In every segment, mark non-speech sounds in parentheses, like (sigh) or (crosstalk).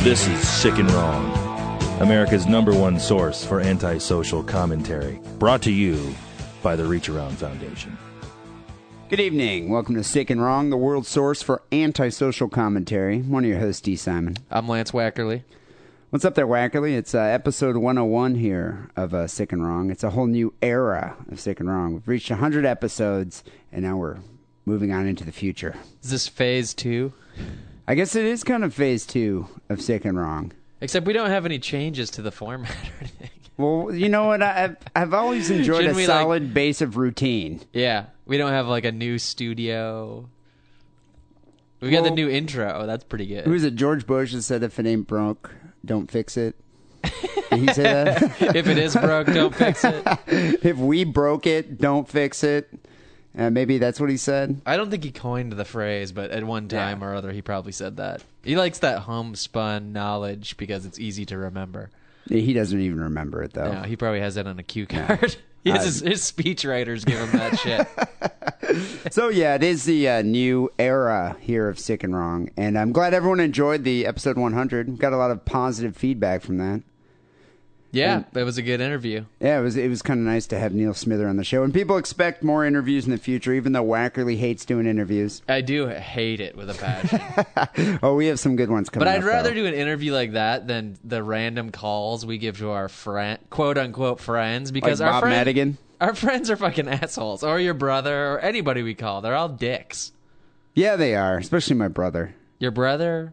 This is Sick and Wrong, America's number one source for antisocial commentary. Brought to you by the Reach Around Foundation. Good evening. Welcome to Sick and Wrong, the world source for antisocial commentary. One of your hosts, D. Simon. I'm Lance Wackerly. What's up there, Wackerly? It's uh, episode 101 here of uh, Sick and Wrong. It's a whole new era of Sick and Wrong. We've reached 100 episodes, and now we're moving on into the future. Is this phase two? I guess it is kind of phase two of Sick and Wrong. Except we don't have any changes to the format or (laughs) anything. Well, you know what? I- I've, I've always enjoyed Shouldn't a we, like- solid base of routine. Yeah, we don't have like a new studio. We got Well- the new intro. Oh, That's pretty good. Who is it? George Bush that said, if it ain't broke, don't fix (laughs) it. Did he say that? if it is broke, don't fix it. (laughs) if we broke it, don't fix it. Uh, maybe that's what he said. (laughs) I don't think he coined the phrase, but at one time or other, he probably said that. He likes that homespun knowledge because it's easy to remember. He doesn't even remember it though. (laughs) No, he probably has that on a cue card. Oh. (laughs) He has his, his speechwriters give him that shit. So yeah, it is the uh, new era here of Sick and Wrong, and I'm glad everyone enjoyed the episode 100. Got a lot of positive feedback from that. (laughs) Yeah, that was a good interview. Yeah, it was it was kind of nice to have Neil Smither on the show, and people expect more interviews in the future. Even though Wackerly hates doing interviews, I do hate it with a passion. oh, we have some good ones coming. But I'd up, rather though. do an interview like that than the random calls we give to our friend, quote unquote friends, because Like our Bob friend- Madigan? our friends are fucking assholes, or your brother, or anybody we call. They're all dicks. Yeah, they are, especially my brother. Your brother,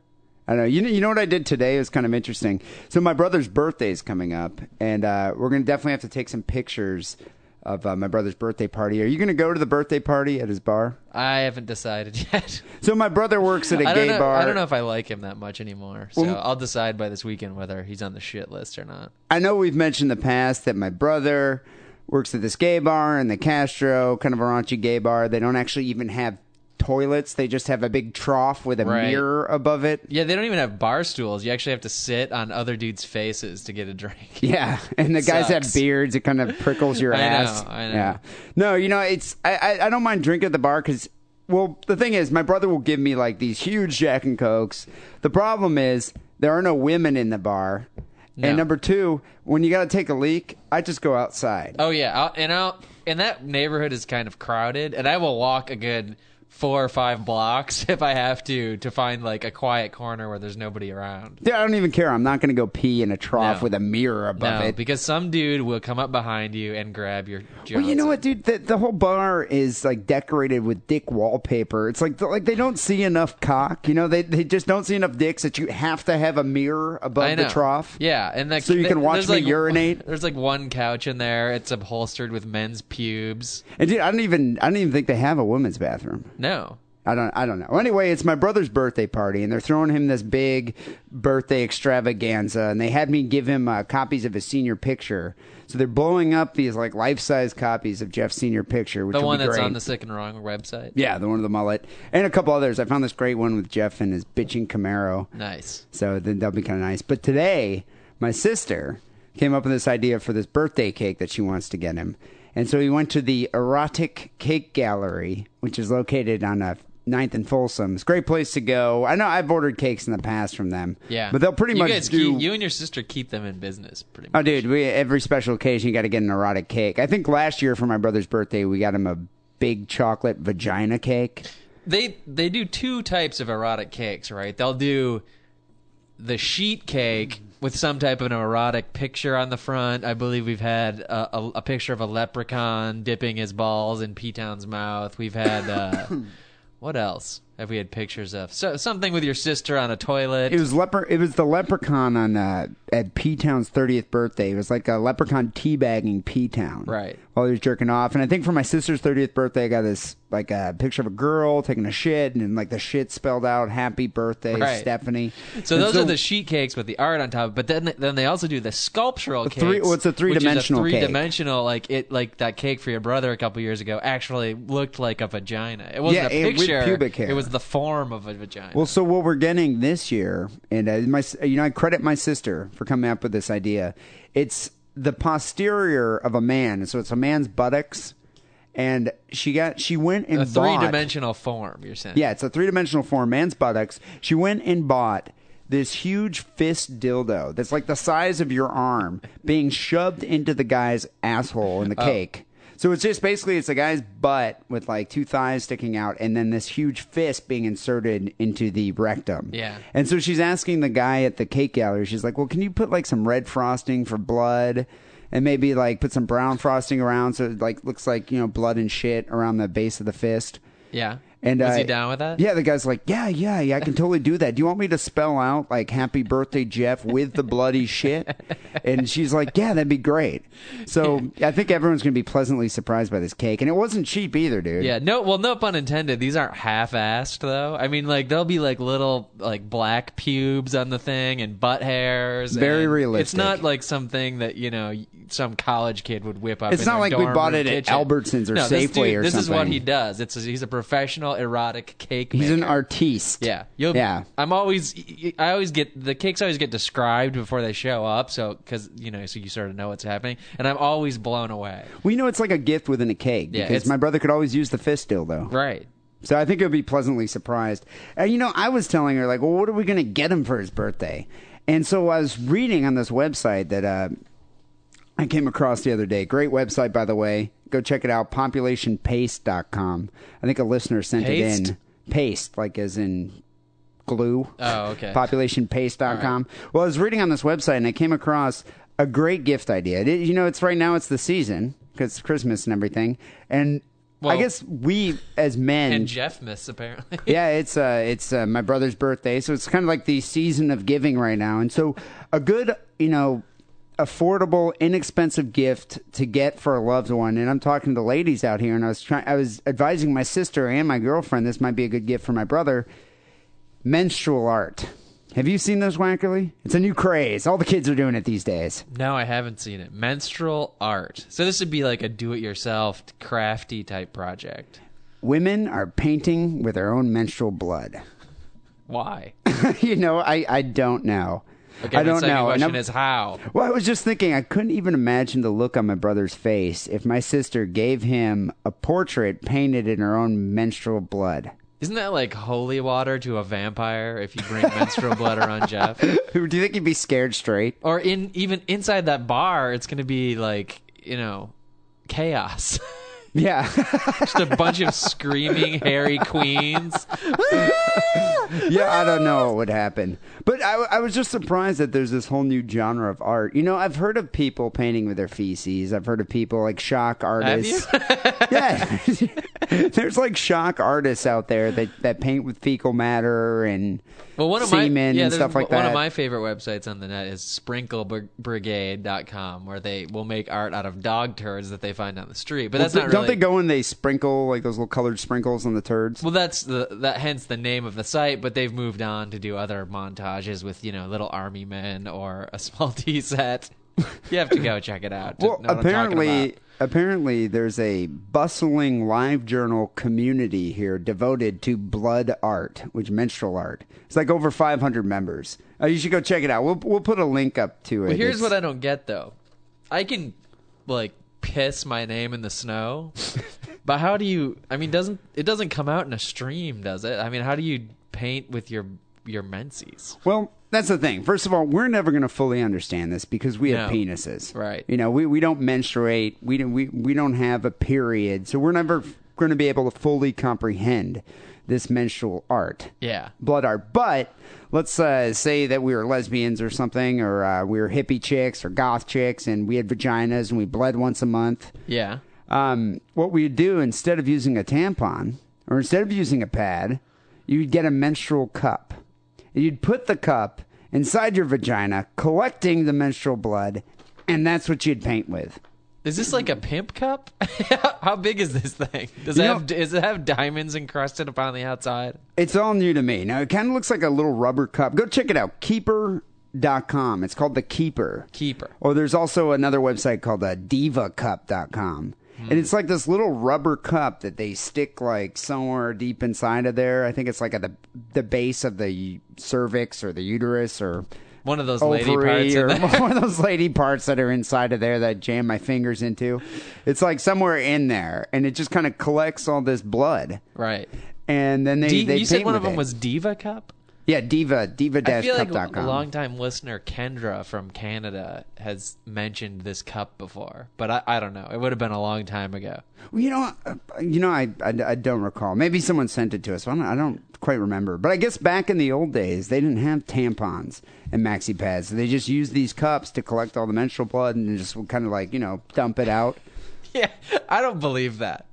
I know. You know, you know what I did today is kind of interesting. So my brother's birthday is coming up, and uh, we're going to definitely have to take some pictures of uh, my brother's birthday party. Are you going to go to the birthday party at his bar? I haven't decided (laughs) yet. So my brother works at a I gay don't know. bar. I don't know if I like him that much anymore. So I'll decide by this weekend whether he's on the shit list or not. I know we've mentioned in the past that my brother works at this gay bar in the Castro, kind of a raunchy gay bar. They don't actually even have toilets; they just have a big trough with a Right. mirror above it. Yeah, they don't even have bar stools. You actually have to sit on other dudes' faces to get a drink. Yeah, (laughs) and the guys have Sucks. beards. It kind of prickles your (laughs) I know, ass. I know. Yeah. No, you know, it's I I, I don't mind drinking at the bar because. Well, the thing is, my brother will give me like these huge Jack and Cokes. The problem is there are no women in the bar, No. and number two, when you got to take a leak, I just go outside. Oh yeah, I'll, and I'll, and that neighborhood is kind of crowded, and I will walk a good four or five blocks (laughs) if I have to to find like a quiet corner where there's nobody around. Dude, I don't even care. I'm not going to go pee in a trough No. with a mirror above No, it. because some dude will come up behind you and grab your. Johnson. well, you know what, dude? The, the whole bar is like decorated with dick wallpaper. It's like like they don't see enough cock. You know, they they just don't see enough dicks that you have to have a mirror I above know. the trough. Yeah, and like, So you can watch there's, me like, urinate? (laughs) There's like one couch in there. It's upholstered with men's pubes. And dude, I don't even I don't even think they have a women's bathroom. No, I don't I don't know. Anyway, it's my brother's birthday party and they're throwing him this big birthday extravaganza and they had me give him uh, copies of his senior picture. So they're blowing up these like life-size copies of Jeff's senior picture, which the will one be that's great. on the sick and wrong website. Yeah, the one with the mullet and a couple others. I found this great one with Jeff and his bitching Camaro. Nice. So then that'll be kind of nice. But today, my sister came up with this idea for this birthday cake that she wants to get him, and so we went to the Erotic Cake Gallery, which is located on a. Ninth and Folsom. It's a great place to go. I know I've ordered cakes in the past from them. Yeah, But they'll pretty you much guys do keep, you and your sister keep them in business pretty much. Oh, dude, we, every special occasion you got to get an erotic cake. I think last year for my brother's birthday, we got him a big chocolate vagina cake. they they do two types of erotic cakes, right? They'll do the sheet cake with some type of an erotic picture on the front. I believe we've had a, a, a picture of a leprechaun dipping his balls in P Town's mouth. We've had uh, what else have we had pictures of? So something with your sister on a toilet. It was leper. It was the leprechaun on uh, at P Town's thirtieth birthday. It was like a leprechaun teabagging P Town, Right. While he was jerking off, and I think for my sister's thirtieth birthday, I got this like a picture of a girl taking a shit, and then, like the shit spelled out "Happy Birthday, Right. Stephanie." so And those are the sheet cakes with the art on top, but then then they also do the sculptural cakes. three- well, it's a which is three-dimensional cake. three-dimensional like it like that cake for your brother a couple years ago actually looked like a vagina. It wasn't Yeah, a and with picture. pubic hair. It was the form of a vagina. Well, so what we're getting this year, and uh, my, you know, I credit my sister for coming up with this idea. It's the posterior of a man, so it's a man's buttocks, and she got she went and a bought- three-dimensional form. You're saying? Yeah, it's a three dimensional form, man's buttocks. She went and bought this huge fist dildo that's like the size of your arm being shoved into the guy's asshole in the cake. So it's just basically it's a guy's butt with like two thighs sticking out, and then this huge fist being inserted into the rectum. Yeah. And so she's asking the guy at the cake gallery, she's like, Well, can you put like some red frosting for blood? And maybe like put some brown frosting around so it like looks like, you know, blood and shit around the base of the fist. Yeah. And was uh, he down with that? Yeah, the guy's like, yeah, yeah, yeah, I can totally do that. Do you want me to spell out like "Happy Birthday, Jeff" with the bloody shit? And she's like, yeah, that'd be great. So I think everyone's gonna be pleasantly surprised by this cake, and it wasn't cheap either, dude. Yeah, no, well, no pun intended. These aren't half-assed though. I mean, like there'll be like little like black pubes on the thing and butt hairs. Very and It's realistic. not like something that you know some college kid would whip up. It's in not their like we dorm bought room it at kitchen. Albertsons or no, this Safeway dude- or This is what something. he does. It's a, he's a professional erotic cake. he's an maker. artiste. Yeah, you'll, yeah. I'm always, I always get the cakes always get described before they show up, so because you know, so you sort of know what's happening, and I'm always blown away. Well, you know, it's like a gift within a cake Yeah, because it's- my brother could always use the fist dildo. Right. So I think he'll be pleasantly surprised. And you know, I was telling her like, well, what are we going to get him for his birthday? And so I was reading on this website that uh, I came across the other day. Great website, by the way. Go check it out. Populationpaste.com. I think a listener sent it Paste? in. Paste, like as in glue. Oh, okay. Populationpaste.com. Well, I was reading on this website and I came across a great gift idea. It- you know, it's right now it's the season because Christmas and everything. And I Well- guess we as men And Jeff miss apparently. yeah, it's uh, it's uh, my brother's birthday, so it's kind of like the season of giving right now. And so, a good, you know, affordable, inexpensive gift to get for a loved one. And I'm talking to ladies out here, and I was trying, I was advising my sister and my girlfriend this might be a good gift for my brother. Menstrual art. Have you seen those, Wackerly? It's a new craze. All the kids are doing it these days. No, I haven't seen it. Menstrual art. So this would be like a do-it-yourself, crafty type project. Women are painting with their own menstrual blood. (laughs) Why? you know, I, I don't know. Okay, I don't my second know. And Question I'm- is how. Well, I was just thinking, I couldn't even imagine the look on my brother's face if my sister gave him a portrait painted in her own menstrual blood. Isn't that like holy water to a vampire if you bring menstrual (laughs) blood around Jeff? Do you think he'd be scared straight? Or in even inside that bar, it's going to be like you know chaos. (laughs) Yeah. (laughs) Just a bunch of screaming hairy queens. yeah, I don't know what would happen. But I, I was just surprised that there's this whole new genre of art. You know, I've heard of people painting with their feces. I've heard of people like shock artists. yeah. (laughs) there's like shock artists out there that, that paint with fecal matter and Well, one of semen my yeah, and there's stuff like one that. of my favorite websites on the net is sprinklebrigade.com where they will make art out of dog turds that they find on the street. But that's Well, not don't really they go and they sprinkle like those little colored sprinkles on the turds? Well, that's the that hence the name of the site, but they've moved on to do other montages with, you know, little army men or a small (laughs) tea set. You have to go check it out. to Well, know what I'm talking apparently, about. apparently, there's a bustling live journal community here devoted to blood art, which menstrual art. It's like over 500 members. Uh, you should go check it out. We'll we'll put a link up to it. But here's what I don't get though. I can like piss my name in (laughs) the snow. but how do you I mean doesn't it doesn't come out in a stream, does it? I mean, how do you paint with your your menses? Well, that's the thing. First of all, we're never going to fully understand this because we have No. penises, Right. You know, we, we don't menstruate. We don't we, we don't have a period, so we're never going to be able to fully comprehend this menstrual art. Yeah. blood art. But let's uh, say that we were lesbians or something, or uh, we were hippie chicks or goth chicks, and we had vaginas and we bled once a month. Yeah. Um, what we'd do instead of using a tampon or instead of using a pad, you'd get a menstrual cup. And You'd put the cup inside your vagina, collecting the menstrual blood, and that's what you'd paint with. Is this like a pimp cup? (laughs) How big is this thing? Does Mm. it You know- have does it have diamonds encrusted upon the outside? It's all new to me. Now, it kind of looks like a little rubber cup. Go check it out. Keeper.com. It's called The Keeper. Keeper. Or there's also another website called uh, divacup.com. Hmm. And it's like this little rubber cup that they stick like somewhere deep inside of there. I think it's like at the the base of the cervix or the uterus or One of those lady ovary parts. or in (laughs) there. one of those lady parts that are inside of there that I jam my fingers into. It's like somewhere in there, and it just kind of collects all this blood. (laughs) Right. And then they, D- they you said paint one with of them it. was Diva Cup? Yeah, diva, I feel diva-cup.com. like longtime listener Kendra from Canada has mentioned this cup before, but I, I don't know. It would have been a long time ago. Well, you know, uh, you know, I, I, I don't recall. Maybe someone sent it to us. I don't, I don't quite remember. But I guess back in the old days, they didn't have tampons and maxi pads. So they just used these cups to collect all the menstrual blood and then just kind of like you know dump it out. (laughs) Yeah, I don't believe (laughs) that.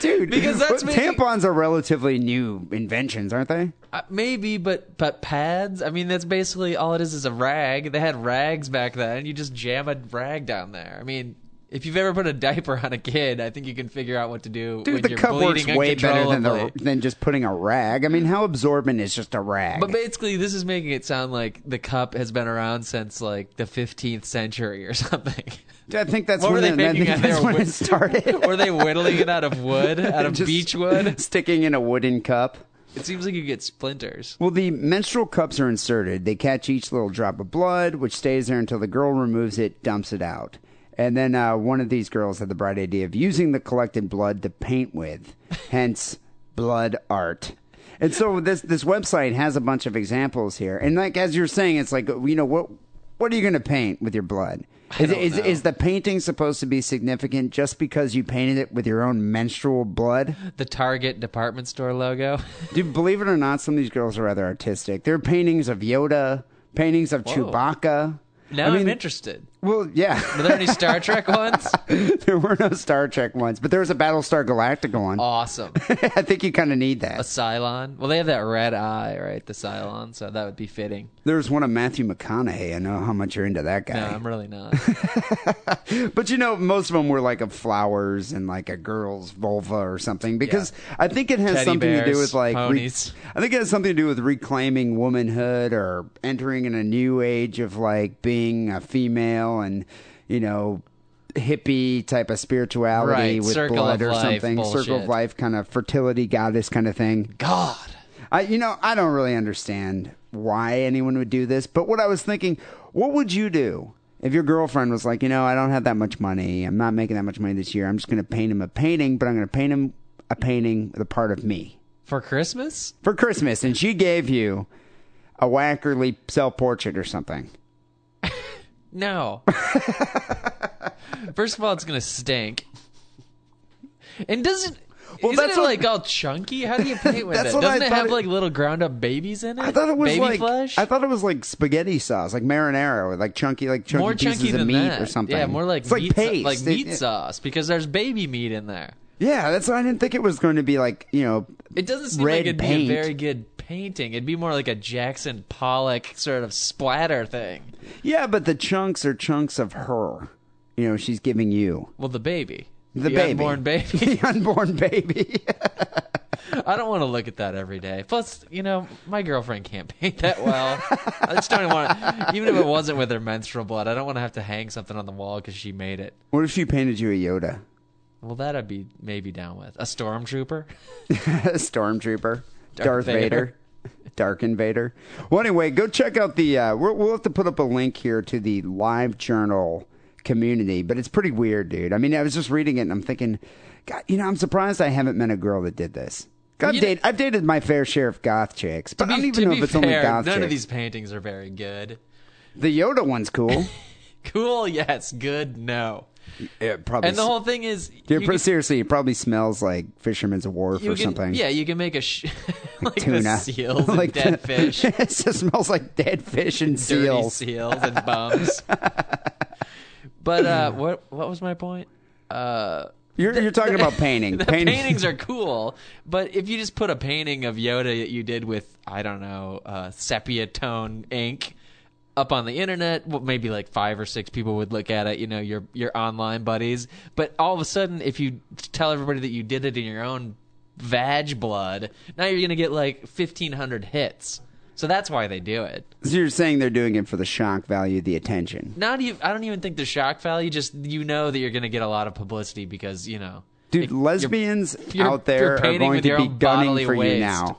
Dude, (laughs) Because that's what- making- tampons are relatively new inventions, aren't they? Uh, maybe, but but pads. I mean, that's basically all it is is a rag. They had rags back then. You just jam a rag down there. I mean, if you've ever put a diaper (laughs) on a kid, I think you can figure out what to do. Dude, when the you're cup works bleeding way better than the, uncontrollably. than just putting a rag. I mean, how absorbent is just a rag? But basically, this is making it sound like the cup has been around since like the 15th century or (laughs) something. I think that's What when, were they it- I making think out there? that's when it With- (laughs) started. Were they whittling it out of (laughs) wood, out of Just beech wood? sticking in a wooden cup. It seems like you get splinters. Well, the menstrual cups are inserted. They catch each little drop of blood, which stays there until the girl removes it, dumps it out. And then uh, one of these girls had the bright idea of using the collected blood to paint (laughs) with, hence blood art. And so this this website has a bunch of examples here. And like as you're saying, it's like you know what what are you going to paint with your blood? Is, don't is, know. is the painting supposed to be significant just because you painted it with your own menstrual blood? The Target department store logo. (laughs) Dude, believe it or not, some of these girls are rather artistic. There are paintings of Yoda, paintings of Chewbacca. Now I mean, I'm interested. Well, Were yeah, (laughs) there any Star Trek ones? there were no Star Trek ones, but there was a Battlestar Galactica one. (laughs) Awesome. I think you kind of need A that. Cylon. Well, they have that red eye, right? The Cylon, so that would be fitting. There's one of Matthew McConaughey. I know how much you're into that No, guy. I'm really not. (laughs) But you know, most of them were like of flowers and like a girl's vulva or something because I think it has Teddy something to do bears, with like ponies. I think it has something to do with reclaiming womanhood or entering in a new age of like being a female and you know hippie type of spirituality Right, with circle blood of or life something, circle bullshit. of life kind of fertility goddess kind of thing. God. I, you know, I don't really understand why anyone would do this, but what I was thinking, what would you do if your girlfriend was like, you know, I don't have that much money. I'm not making that much money this year. I'm just going to paint him a painting, but I'm going to paint him a painting with a part of me For Christmas? for Christmas. And she gave you a wackerly self portrait or something. (laughs) No. First of all, it's gonna stink. And doesn't Well, isn't that's it what- like all chunky? How (laughs) do you paint with That's it? what I Doesn't it thought have it- like little ground up babies in it? I thought it was baby like flesh. I thought it was like spaghetti sauce, like marinara, with like chunky, like chunky more pieces chunky of than meat that. or something. Yeah, more like it's like meat, sau- paste, like It- meat it- sauce because there's baby meat in there. Yeah, that's why I didn't think it was going to be like you know. It doesn't seem red like it'd paint. be a very good painting. It'd be more like a Jackson Pollock sort of splatter thing. Yeah, but the chunks are chunks of her. You know, she's giving you (laughs) Well, the baby, the, baby, (laughs) unborn baby. the unborn baby. (laughs) I don't want to look at that every day. Plus, you know, my girlfriend can't (laughs) paint that well. I just don't want. Even if it wasn't with her menstrual blood, I don't want to have to hang something on the wall because she made it. what if she painted you a Yoda, (laughs) Well, that I'd be maybe down with a stormtrooper. (laughs) a stormtrooper, Darth, Vader. Vader. Dark Invader. Well, anyway, go check out the. Uh, we'll, we'll have to put up a link here to the live journal community, but it's pretty weird, dude. I mean, I was just reading it and I'm thinking, God, you know, I'm surprised I haven't met a girl that did this. I've, You- dated, I've dated my fair share of goth chicks, but I don't even know if it's fair, only goth none chicks. of these paintings are very good. The Yoda one's (laughs) cool. Cool, yes. Good, no. Yeah, probably. And the whole thing is, Dude, you pro- can- seriously, it probably smells like Fisherman's Wharf you or can- something. Yeah, you can make a sh- (laughs) like tuna, the (laughs) seals Like and dead the- fish, it just smells like dead fish and dirty seals. seals and bums. (laughs) but uh, what what was my point? Uh, You're, you're talking about painting. (laughs) the painting. paintings are cool, but if you just put a painting of Yoda that you did with I don't know uh, sepia tone ink up on the internet, well, maybe like five or six people would look at it. You know, your your online buddies. But all of a sudden, if you tell everybody that you did it in your own vag blood, now you're gonna get like fifteen hundred hits. So that's why they do it. (laughs) So you're saying they're doing it for the shock value, the attention. Not even I don't even think the shock value. Just you know that you're gonna get a lot of publicity because you know. Dude, if you're- lesbians you're- out you're there are painting going with to your be own gunning bodily for you waste. now.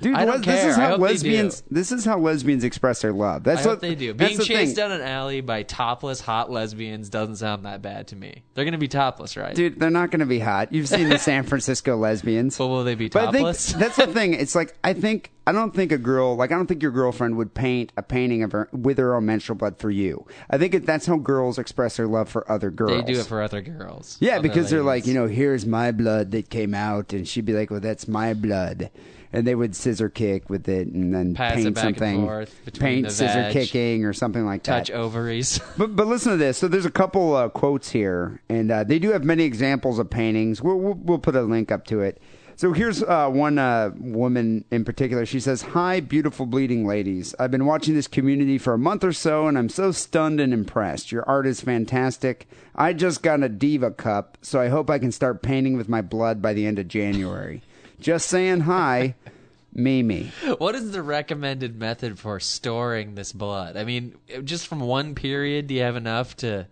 Dude, I les- don't this care. is I how hope they do. lesbians. This is how lesbians express their love. I That's hope what they do. that's Being the thing. chased down an alley by topless hot lesbians doesn't sound that bad to me. They're gonna be topless, right? dude. They're not going to be hot. You've seen the (laughs) San Francisco lesbians. But will they be But I think topless? that's the (laughs) thing. It's like I think I don't think a girl like I don't think your girlfriend would paint a painting of her with her own menstrual blood for you. I think it, that's how girls express their love for other they girls. do it for other girls. yeah, other because they're like ladies. you know here's my blood that came out, and she'd be like, well that's my blood, and they would scissor kick with it, and then Pass paint it back and something, forth between paint the scissor vag, kicking or something like that. touch ovaries. (laughs) But, but listen to this. So there's a couple uh, quotes here, and uh, they do have many examples of paintings. We'll, we'll, we'll put a link up to it. So here's uh, one uh, woman in particular. She says, Hi, beautiful bleeding ladies. I've been watching this community for a month or so, and I'm so stunned and impressed. Your art is fantastic. I just got a Diva Cup, so I hope I can start painting with my blood by the end of January. just saying hi, (laughs) Mimi. what is the recommended method for storing this blood? I mean, just from one period, do you have enough to?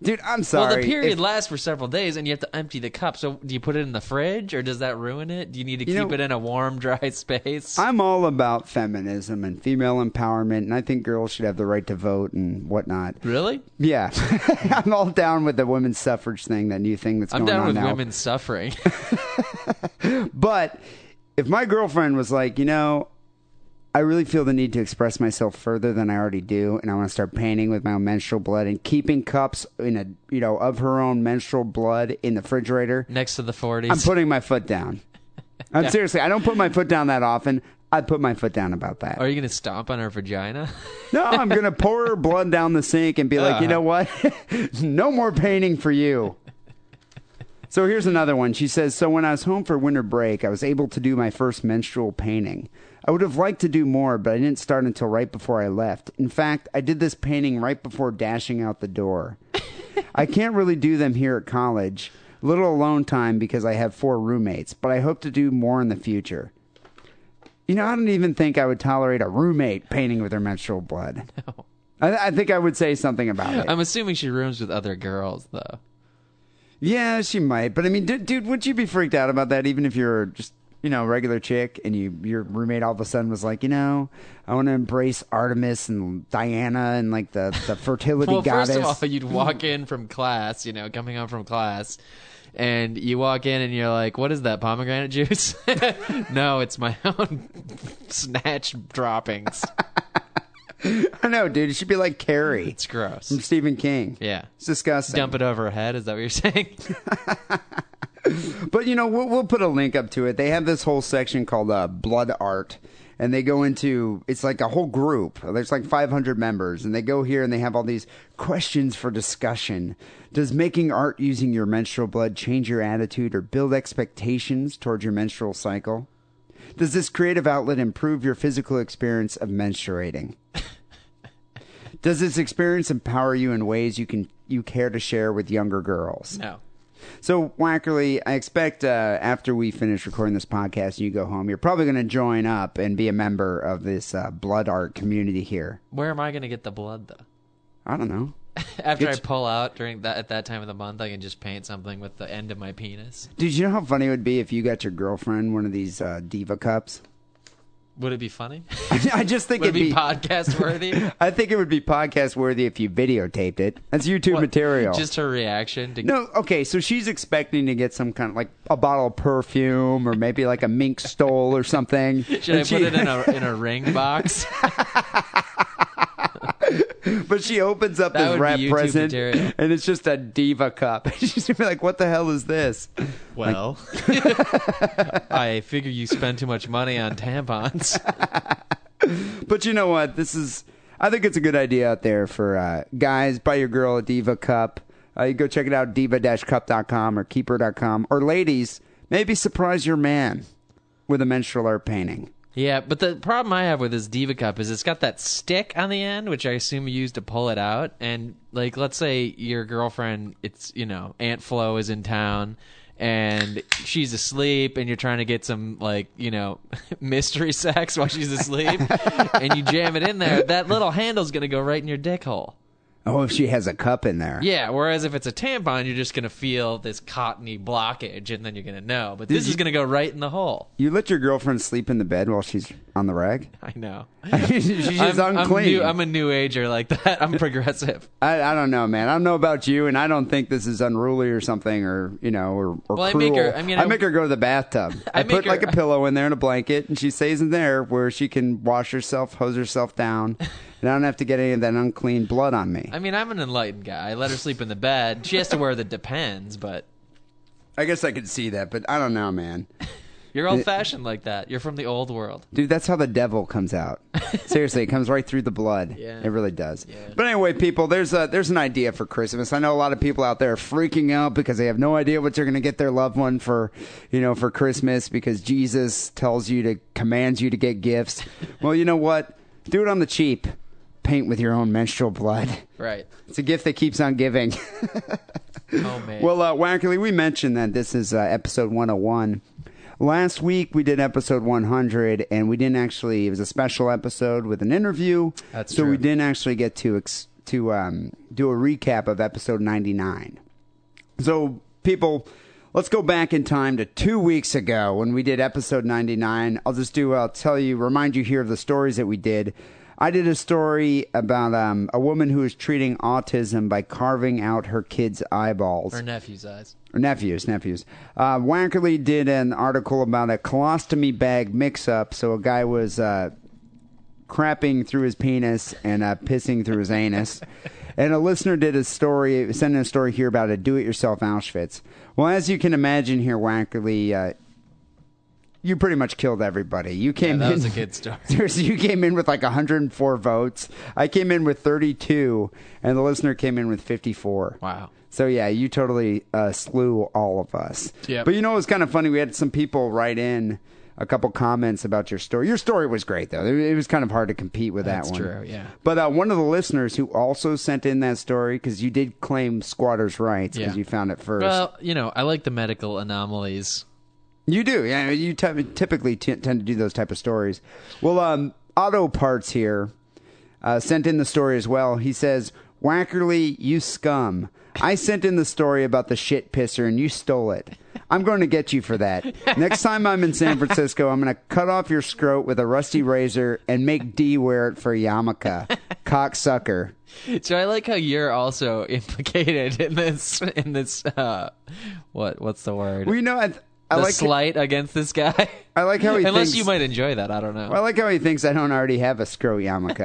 Dude, I'm sorry. Well, the period If- lasts for several days, and you have to empty the cup. So, do you put it in the fridge, or does that ruin it? Do you need to You keep know- it in a warm, dry (laughs) space? I'm all about feminism and female empowerment, and I think girls should have the right to vote and whatnot. really? Yeah, (laughs) I'm all down with the women's suffrage thing, that new thing that's I'm going down on with now. (laughs) women suffering. But if my girlfriend was like, you know, I really feel the need to express myself further than I already do, and I want to start painting with my own menstrual blood and keeping cups in a you know of her own menstrual blood in the refrigerator. Next to the 40s. I'm putting my foot (laughs) down. I'm seriously, I don't put my foot down that often. I put my foot down about that. Are you going to stomp on her vagina? (laughs) No, I'm gonna pour her blood down the sink and be like, you know what? (laughs) no more painting for you. So here's another one. She says, So when I was home for winter break, I was able to do my first menstrual painting. I would have liked to do more, but I didn't start until right before I left. In fact, I did this painting right before dashing out the door. I can't really do them here at college. Little alone time because I have four roommates, but I hope to do more in the future. You know, I don't even think I would tolerate a roommate painting with her menstrual blood. No. I, I think I would say something about (laughs) it. I'm assuming she rooms with other girls, though. Yeah, she might. But I mean, dude, dude, would you be freaked out about that? Even if you're just, you know, a regular chick, and you your roommate all of a sudden was like, you know, I want to embrace Artemis and Diana and like the the fertility (laughs) Well, goddess. first of all, (laughs) you'd walk in from class, you know, coming home from class, and you walk in and you're like, "What is that pomegranate juice?" (laughs) no, it's my (laughs) own snatch (laughs) droppings. I know, dude. She'd be like Carrie It's gross. from Stephen King. Yeah. It's disgusting. Dump it over her head. Is that what you're (laughs) saying? But you know, we'll, we'll put a link up to it. They have this whole section called uh, Blood Art, and they go into it's like a whole group. There's like 500 members, and they go here and they have all these questions for discussion. Does making art using your menstrual blood change your attitude or build expectations towards your menstrual cycle? Does this creative outlet improve your physical experience of menstruating? (laughs) Does this experience empower you in ways you can you care to share with younger girls? No. So, Wackerly, I expect uh, after we finish recording this podcast and you go home, you're probably going to join up and be a member of this uh, blood art community here. Where am I going to get the blood though? (laughs) I don't know. After It's- I pull out during that at that time of the month, I can just paint something with the end of my penis. Dude, you know how funny it would be if you got your girlfriend one of these uh, diva cups? (laughs) Would it be funny? I just think Would it it'd be. be podcast (laughs) worthy? I think it would be podcast worthy if you videotaped it. That's YouTube material. Just her reaction to No, okay, so she's expecting to get some kind of like a bottle of perfume or maybe like a mink stole or something. (laughs) (laughs) Should I And she- put it in a in (laughs) a ring box? But she opens up That this would wrap be YouTube present, material. (laughs) and it's just a diva cup. (laughs) She's gonna be like, "What the hell is this?" Well, (laughs) (laughs) I figure you spend too much money on tampons. But you know what? This is. I think it's a good idea out there for uh, guys. Buy your girl a diva cup. Uh, you go check it out, diva-cup.com or keeper.com. Or ladies, maybe surprise your man with a menstrual art painting. yeah, but the problem I have with this Diva Cup is it's got that stick on the end, which I assume you use to pull it out. And like, let's say your girlfriend, it's you know, Aunt Flo is in town. And she's asleep, and you're trying to get some like you know (laughs) mystery sex while she's asleep, and you jam it in there. That little handle's gonna go right in your dick hole. Oh, if she has a cup in there. Yeah, whereas if it's a tampon, you're just gonna feel this cottony blockage, and then you're gonna know. But this is gonna go right in the hole. You let your girlfriend sleep in the bed while she's on the rag? (laughs) I know. she's just I'm, I'm, unclean. new, I'm a new ager like that. I'm (laughs) progressive. I, I don't know, man. I don't know about you, and I don't think this is unruly or something, or you know, or, or Well, I cruel. make her- I mean, I- make her go to the bathtub. I, (laughs) I put make her- like a pillow in there and a blanket, and she stays in there where she can wash herself, hose herself (laughs) down, and I don't have to get any of that unclean blood on me. I mean, I'm an enlightened guy. I let her sleep in the bed. She has to wear the depends, but I guess I could see that, but I don't know, man. you're old fashioned like that. You're from the old world. Dude, that's how the devil comes (laughs) out. Seriously, it comes right through the blood. Yeah. It really does. But anyway, people, there's a there's an idea for Christmas. I know a lot of people out there are freaking out because they have no idea what they're going to get their loved one for, you know, for Christmas because Jesus tells you to commands you to get (laughs) gifts. well, you know what? Do it on the cheap. Paint with your own menstrual blood. Right. It's a gift that keeps on giving. (laughs) Oh man. Well, uh, Wackerly, we mentioned that this is uh, episode 101. Last week we did episode 100, and we didn't actually. It was a special episode with an interview. That's so true. we didn't actually get to ex- to um, do a recap of episode 99. So, people, let's go back in time to two weeks ago when we did episode 99. I'll just do, I'll tell you, remind you here of the stories that we did. I did a story about um, a woman who was treating autism by carving out her kid's eyeballs her (laughs) nephew's eyes. or nephews, nephews. Uh, Wackerly did an article about a colostomy bag mix-up. So a guy was uh, crapping through his penis and uh, pissing through his (laughs) anus. And a listener did a story, sent in a story here about a do-it-yourself Auschwitz. Well, as you can imagine here, Wackerly, uh, you pretty much killed everybody. You came that in (laughs) was a good story. Seriously, you came in with like 104 votes. I came in with 32, and the listener came in with 54. Wow. So yeah, you totally uh, slew all of us. Yep. But you know, it was kind of funny. We had some people write in a couple comments about your story. Your story was great, though. It it was kind of hard to compete with That's that one. true, yeah. But uh, one of the listeners who also sent in that story because you did claim squatters' rights because Yeah. you found it first. Well, you know, I like the medical anomalies. You do, yeah. You t- typically t- tend to do those type of stories. Well, um, Auto Parts here uh, sent in the story as well. He says, "Wackerly, you scum! I sent in the story about the shit pisser, and you stole it. I'm going to get you for that. Next time I'm in San Francisco, I'm going to cut off your scrote with a rusty razor and make D wear it for a yarmulke, cocksucker." So I like how you're also (laughs) implicated in this. In this, uh, what what's the word? Well, you know, I, th- I the like slight against this guy. I like how he (laughs) Unless thinks- you might enjoy that, I don't know. I like how he thinks I don't already have a scrote yarmulke.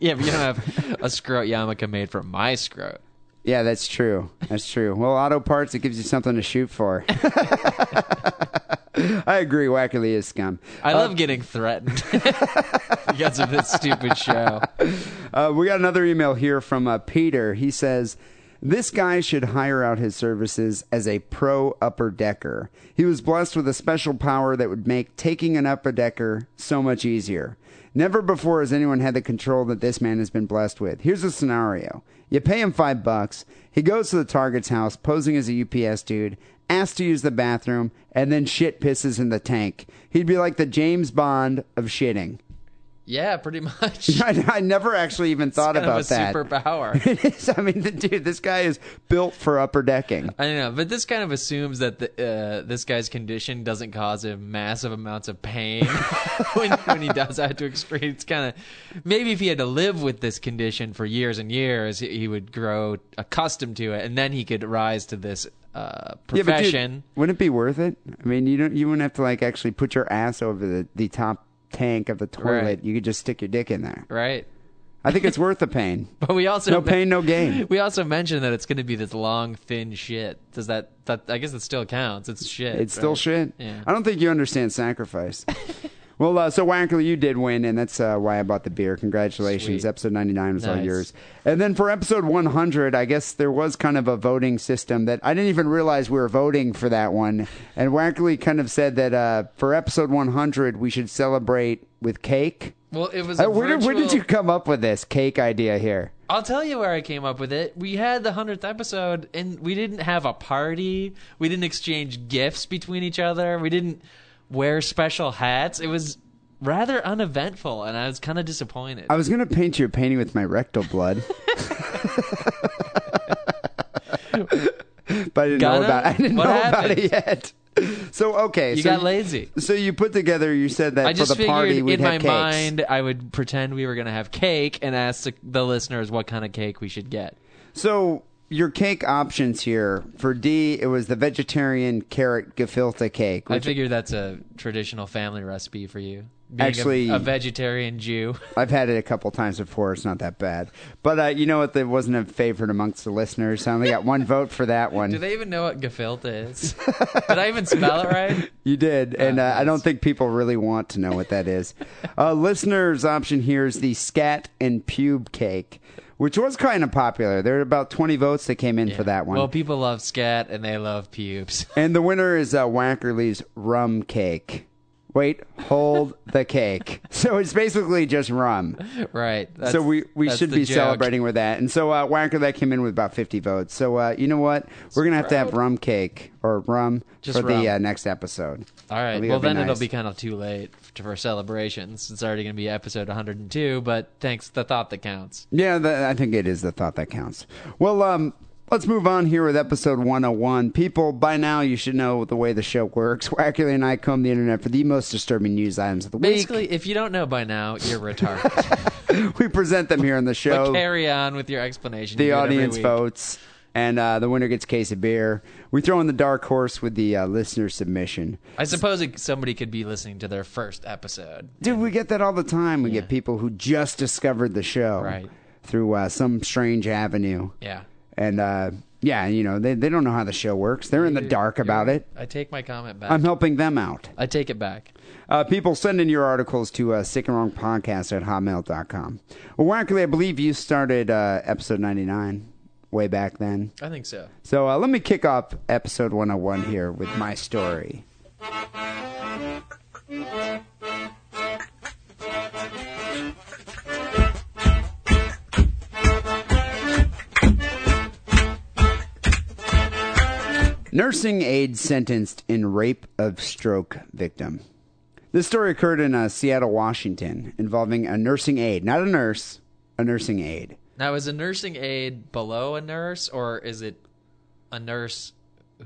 yeah, but you don't have a scrot yarmulke made from my scrot. Yeah, that's true. That's true. Well, auto parts, it gives you something to shoot for. (laughs) I agree. Wackerly is scum. I Oh. love getting threatened (laughs) because of this stupid show. Uh, we got another email here from uh, Peter. He says, This guy should hire out his services as a pro upper decker. He was blessed with a special power that would make taking an upper decker so much easier. Never before has anyone had the control that this man has been blessed with. Here's a scenario you pay him five bucks, he goes to the target's house posing as a UPS dude. Asks to use the bathroom and then shit pisses in the tank. He'd be like the James Bond of shitting. (laughs) Yeah, pretty much. I, I never actually even thought Kind about of a that. (laughs) superpower. It is. I mean, the, dude, this guy is built for upper decking. I don't know, but this kind of assumes that the, uh, this guy's condition doesn't cause him massive amounts of pain (laughs) when, when he does have to experience. It's kind of maybe if he had to live with this condition for years and years, he, he would grow accustomed to it, and then he could rise to this uh, Yeah, but dude, profession. wouldn't it be worth it? I mean, you don't. You wouldn't have to like actually put your ass over the, the top tank of the toilet. Right. You could just stick your dick in there. right? I think it's worth the (laughs) pain. But we also No pain, no gain. We also mentioned that it's going to be this long, thin shit. Does that that I guess it still counts? It's shit. It's still right? shit. Yeah. I don't think you understand (laughs) sacrifice. well, uh, so Wanker, you did win, and that's uh, why I bought the beer. Congratulations. Sweet. Episode 99 was all Nice. yours. And then for episode 100, I guess there was kind of a voting system that I didn't even realize we were voting for that one. And Wankerly kind of said that uh, for episode 100, we should celebrate with cake. Well, it was. Uh, a where, did, where did virtual- you come up with this cake idea here? I'll tell you where I came up with it. We had the hundredth episode, and we didn't have a party. We didn't exchange gifts between each other. We didn't wear special hats. It was rather uneventful, and I was kind of disappointed. I was gonna paint you a painting with my rectal (laughs) blood. but I didn't know Gonna? about I didn't What know happened? about it yet. So okay, you so got lazy. So you put together. You said that I for just the figured party we'd in my have cakes. mind I would pretend we were going to have cake and ask the, the listeners what kind of cake we should get. So your cake options here for D, it was the vegetarian carrot gefilte cake, I which figure that's a traditional family recipe for you. Being a- Actually- a, vegetarian Jew. (laughs) I've had it a couple times before. It's not that bad. But uh, you know what? That wasn't a favorite amongst the listeners. I only got one vote for that (laughs) one. Do they even know what gefilte (laughs) is? Did I even spell it right? You did, and uh, I Oh, nice. don't think people really want to know what that is. (laughs) uh, listeners' option here is the scat and pube cake, which was kind of popular. There were about twenty votes that came in for that one. Well, people love scat and they love pubes. (laughs) and the winner is uh, Wackerly's rum cake. Wait, hold the (laughs) cake. So it's basically just rum. right. that's- so we, we that's should the be joke. celebrating with that. And so uh, Whacker that came in with about 50 votes. So uh, you know what? We're going to have to have rum cake or rum Just for rum. the uh, next episode. All right. Maybe Well, that'd then it'll nice. be kind of too late for, for celebrations. It's already going to be episode 102, but thanks. The thought that counts. Yeah, that, I think it is the thought that counts. Well, um, let's move on here with episode 101. People, by now you should know the way the show works. (laughs) Wackerly and I comb the internet for the most disturbing news items of the week. Basically, if you don't know by now, you're (laughs) retarded. we present them here on the show. but carry on with your explanation. Oh. the You do it every audience week. votes, and uh, the winner gets a case of beer. We throw in the dark horse with the uh, listener submission. I suppose it, somebody could be listening to their first episode. Dude, we get that all the time. We get people who just discovered the show Right. through uh, some strange avenue. Yeah. And uh, yeah, you know, they, they don't know how the show works. They're in the dark about it. I take my comment back. I'm helping them out. I take it back. Uh, people send in your articles to uh, sick and wrong podcast at hotmail.com. Well, Wackerly, I believe you started uh, episode 99 way back then. I think so. So uh, let me kick off episode 101 here with my story. Nursing aide sentenced in rape of stroke victim. This story occurred in uh, Seattle, Washington, involving a nursing aide, not a nurse, a nursing aide. Now, is a nursing aide below a nurse, or is it a nurse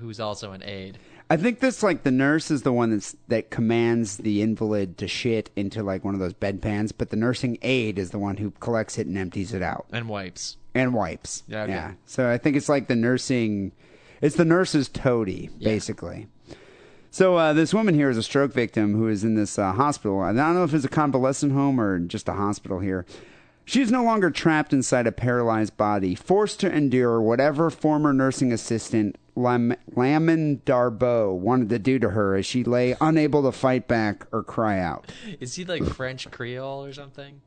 who's also an aide? I think this like the nurse is the one that's that commands the invalid to shit into like one of those bedpans, but the nursing aide is the one who collects it and empties it out And wipes. and wipes. Yeah, okay. So I think it's like the nursing, it's the nurse's toady basically. So uh, this woman here is a stroke victim who is in this uh, hospital. I don't know if it's a convalescent home or just a hospital here. She is no longer trapped inside a paralyzed body, forced to endure whatever former nursing assistant Lam- Lamin Darbo wanted to do to her as she lay unable to fight back or cry out. Is he like French Creole or something?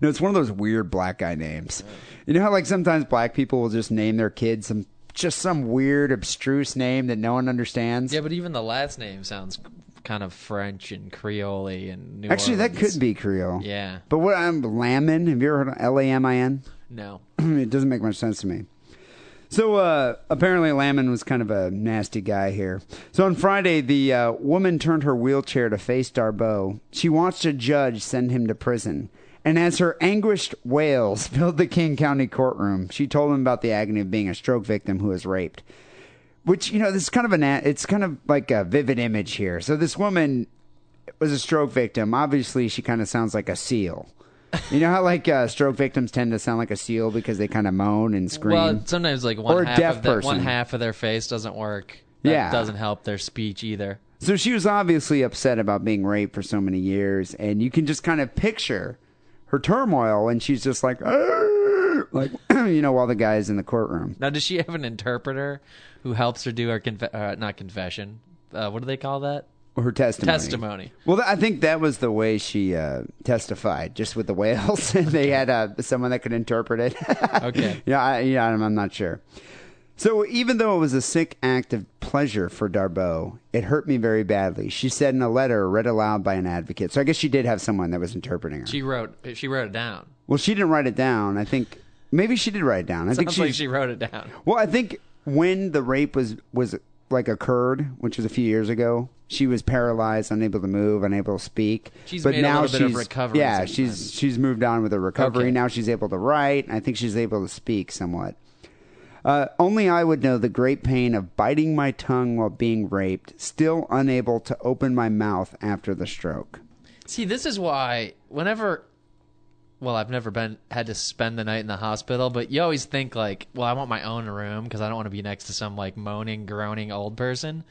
No, it's one of those weird black guy names. You know how like sometimes black people will just name their kids some just some weird abstruse name that no one understands. Yeah, but even the last name sounds kind of French and Creole and New Actually, that Orleans. could be Creole. Yeah. But what I'm Lamin? Have you ever heard of L A M I N? (clears throat) No. it doesn't make much sense to me. So uh, apparently, Lamin was kind of a nasty guy here. So on Friday, the uh, woman turned her wheelchair to face Darbo. She watched a judge send him to prison. And as her anguished (laughs) wails filled the King County courtroom, she told him about the agony of being a stroke victim who was raped which you know this is kind of an it's kind of like a vivid image here so this woman was a stroke victim obviously she kind of sounds like a seal you know how like uh, stroke victims tend to sound like a seal because they kind of moan and scream Well, sometimes like one Or a half deaf of their, one person. half of their face doesn't work. That Yeah. doesn't help their speech either. So she was obviously upset about being raped for so many years, and you can just kind of picture her turmoil, and she's just like, "Arr!" like (clears throat) you know, while the guy's in the courtroom. Now, does she have an interpreter who helps her do her conf- uh, not confession? Uh, what do they call that? Her testimony. Testimony. Well, th- I think that was the way she uh, testified, just with the whales, (laughs) and they had uh, someone that could interpret it. (laughs) Okay. yeah, I, yeah, I'm, I'm not sure. So even though it was a sick act of pleasure for Darbo, it hurt me very badly. She said in a letter read aloud by an advocate. So I guess she did have someone that was interpreting her. She wrote. She wrote it down. well, she didn't write it down. I think maybe she did write it down. I think Sounds she. like she wrote it down. well, I think when the rape was was like occurred, which was a few years ago. She was paralyzed, unable to move, unable to speak. She's but made a now little bit she's of recovery Yeah, since she's she's moved on with her recovery. Okay. Now she's able to write. I think she's able to speak somewhat. Uh, only I would know the great pain of biting my tongue while being raped, still unable to open my mouth after the stroke. See, this is why whenever well, I've never been had to spend the night in the hospital, but you always think like, well, I want my own room because I don't want to be next to some like moaning, groaning old person.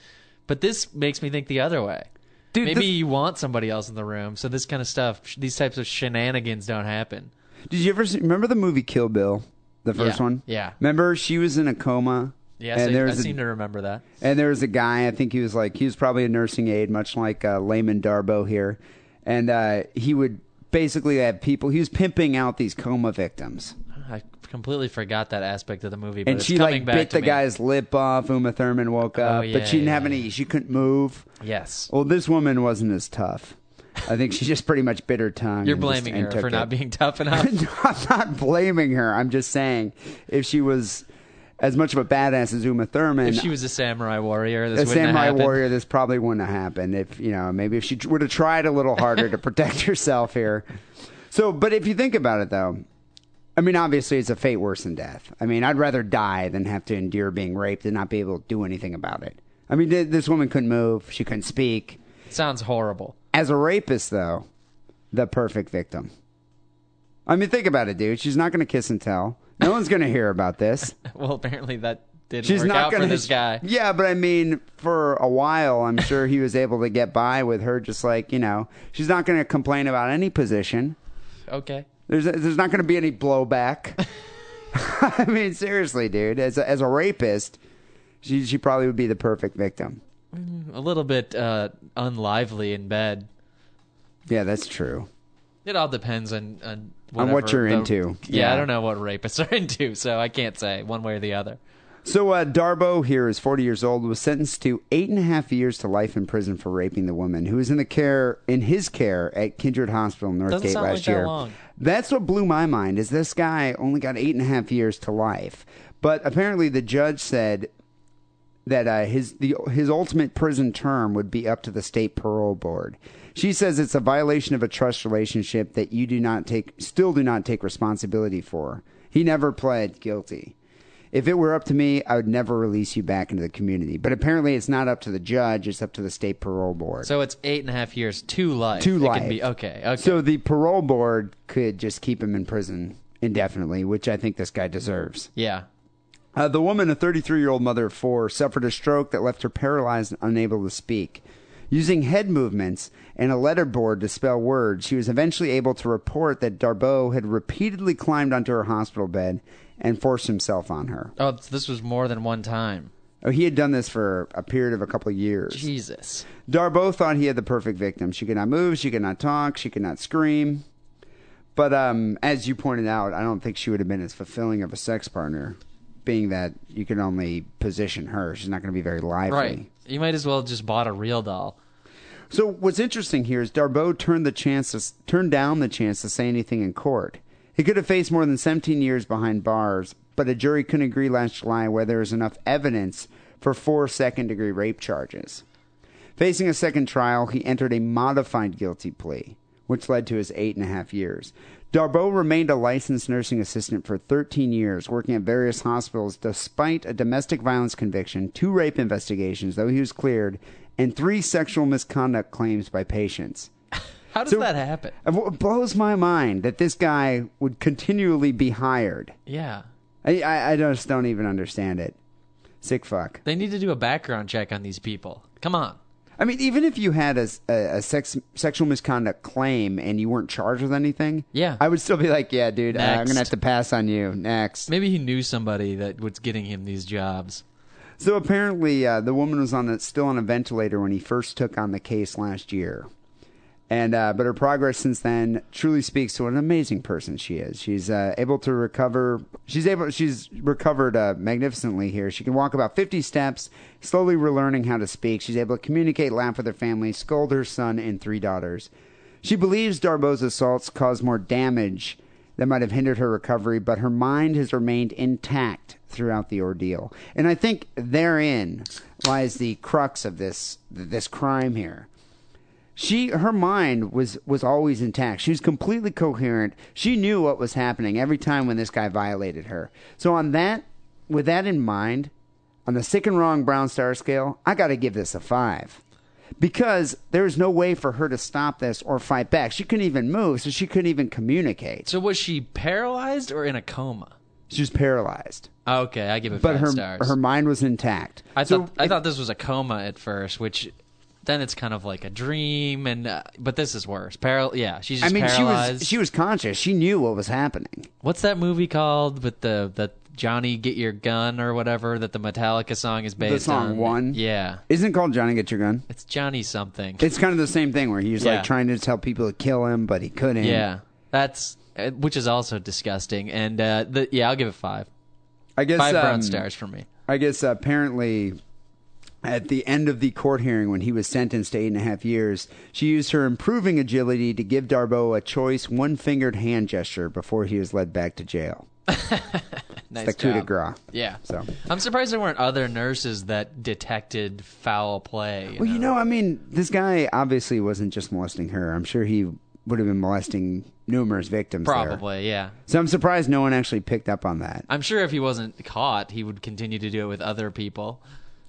But this makes me think the other way. Dude, Maybe this- you want somebody else in the room, so this kind of stuff, sh- these types of shenanigans don't happen. Did you ever see, remember the movie Kill Bill, the first Yeah, one? yeah. Remember she was in a coma. Yeah, and so there I was a- seem to remember that. And there was a guy, I think he was like, he was probably a nursing aide, much like uh, Layman Darbo here. And uh, he would basically have people, he was pimping out these coma victims. I completely forgot that aspect of the movie. But And Oh, it's she coming like back bit to the me. guy's lip off. Uma Thurman woke up, yeah, but she didn't yeah, have any, she couldn't move. (laughs) Yes, Well, this woman wasn't as tough. I think she just pretty much bit her tongue. you're and just- blaming and her took for it. not (laughs) being tough enough. I'm not blaming her. I'm just saying if she was as much of a badass as Uma Thurman, if she was a samurai warrior, this a wouldn't have samurai happened. warrior, this probably wouldn't have happened. If you know, maybe if she would have tried a little harder to protect (laughs) herself here. So, but if you think about it, though, I mean, obviously, it's a fate worse than death. I mean, I'd rather die than have to endure being raped and not be able to do anything about it. I mean, th- this woman couldn't move; she couldn't speak. Sounds horrible. (laughs) As a rapist, though, the perfect victim. I mean, think about it, dude. She's not going to kiss and tell. No one's going to hear about (laughs) this. Well, apparently that didn't She's work not out gonna, for this guy. Yeah, but I mean, for a while, I'm sure he was able to get by with her. Just like you know, she's not going to complain about any position. Okay. There's there's not going to be any blowback. (laughs) I mean, seriously, dude. As a, as a rapist, she she probably would be the perfect victim. A little bit uh, unlively in bed. Yeah, that's true. It all depends on on, On what whatever you're the- into. Yeah, Yeah. I don't know what rapists (laughs) are into, so I can't say one way or the other. So uh, Darbo here is 40 years old, was sentenced to eight and a half years to life in prison for raping the woman who was in the care in his care at Kindred Hospital in Doesn't Northgate sound last like that year. long. That's what blew my mind is this guy only got eight and a half years to life, but apparently the judge said that uh, his the his ultimate prison term would be up to the state parole board. She says it's a violation of a trust relationship that you do not take still do not take responsibility for. He never pled guilty. If it were up to me, I would never release you back into the community. But apparently, it's not up to the judge; it's up to the state parole board. So it's eight and a half years to life. To It life. Can be, okay. Okay. So the parole board could just keep him in prison indefinitely, which I think this guy deserves. yeah. Uh, the woman, a 33 year old mother of four, suffered a stroke that left her paralyzed and unable to speak. Using head movements and a letterboard to spell words, she was eventually able to report that Darbo had repeatedly climbed onto her hospital bed and forced himself on her. Oh, this was more than one time. Oh, he had done this for a period of a couple of years. Jesus. Darbo thought he had the perfect victim. She could not move, she could not talk, she could not scream. But um, as you pointed out, I don't think she would have been as fulfilling of a sex partner, being that you can only position her. She's not going to be very lively. Right. You might as well just bought a real doll. So what's interesting here is Darbo turned the chance to, turned down the chance to say anything in court. He could have faced more than 17 years behind bars, but a jury couldn't agree last July whether there was enough evidence for four second-degree rape charges. Facing a second trial, he entered a modified guilty plea, which led to his eight and a half years. Darbo remained a licensed nursing assistant for 13 years, working at various hospitals despite a domestic violence conviction, two rape investigations, though he was cleared, and three sexual misconduct claims by patients. How does So- that happen? And what blows my mind that this guy would continually be hired. Yeah. I, I, I just don't even understand it. Sick fuck. They need to do a background check on these people. Come on. I mean, even if you had a, a, a sex sexual misconduct claim and you weren't charged with anything, Yeah. I would still be like, yeah, dude, uh, I'm Next. gonna have to pass on you next. Maybe he knew somebody that was getting him these jobs. So apparently, uh, the woman was on a, still on a ventilator when he first took on the case last year, and uh, but her progress since then truly speaks to what an amazing person she is. She's uh, able to recover. She's able. She's recovered uh, magnificently here. She can walk about 50 steps, slowly relearning how to speak. She's able to communicate, laugh with her family, scold her son and three daughters. She believes Darbo's assaults caused more damage that might have hindered her recovery, but her mind has remained intact throughout the ordeal. And I think therein lies the crux of this this crime here. She her mind was was always intact. She was completely coherent. She knew what was happening every time when this guy violated her. So on that with that in mind, on the sick and wrong brown star scale, I got to give this a 5 because there's no way for her to stop this or fight back. She couldn't even move, so she couldn't even communicate. So was she paralyzed or in a coma? She was paralyzed, Okay, I give it but five her stars. her mind was intact. I So thought I thought this was a coma at first, which then it's kind of like a dream, and uh, but this is worse. Paral- yeah, she's I just mean, paralyzed. she was she was conscious. She knew what was happening. What's that movie called with the the Johnny Get Your Gun or whatever that the Metallica song is based on? song One? Yeah, Isn't it called Johnny Get Your Gun? it's Johnny something. It's kind of the same thing where he was Yeah. like trying to tell people to kill him, but he couldn't. yeah, that's uh, which is also disgusting. And uh, the, yeah, I'll give it five. I guess Five brown um, stars for me. I guess uh, apparently at the end of the court hearing when he was sentenced to eight and a half years, she used her improving agility to give Darbo a choice one fingered hand gesture before he was led back to jail. Nice the coup de job. grace. Yeah. So. I'm surprised there weren't other nurses that detected foul play. Well, you know, I mean, this guy obviously wasn't just molesting her. I'm sure he would have been molesting numerous victims. there. probably, yeah. So I'm surprised no one actually picked up on that. I'm sure if he wasn't caught, he would continue to do it with other people.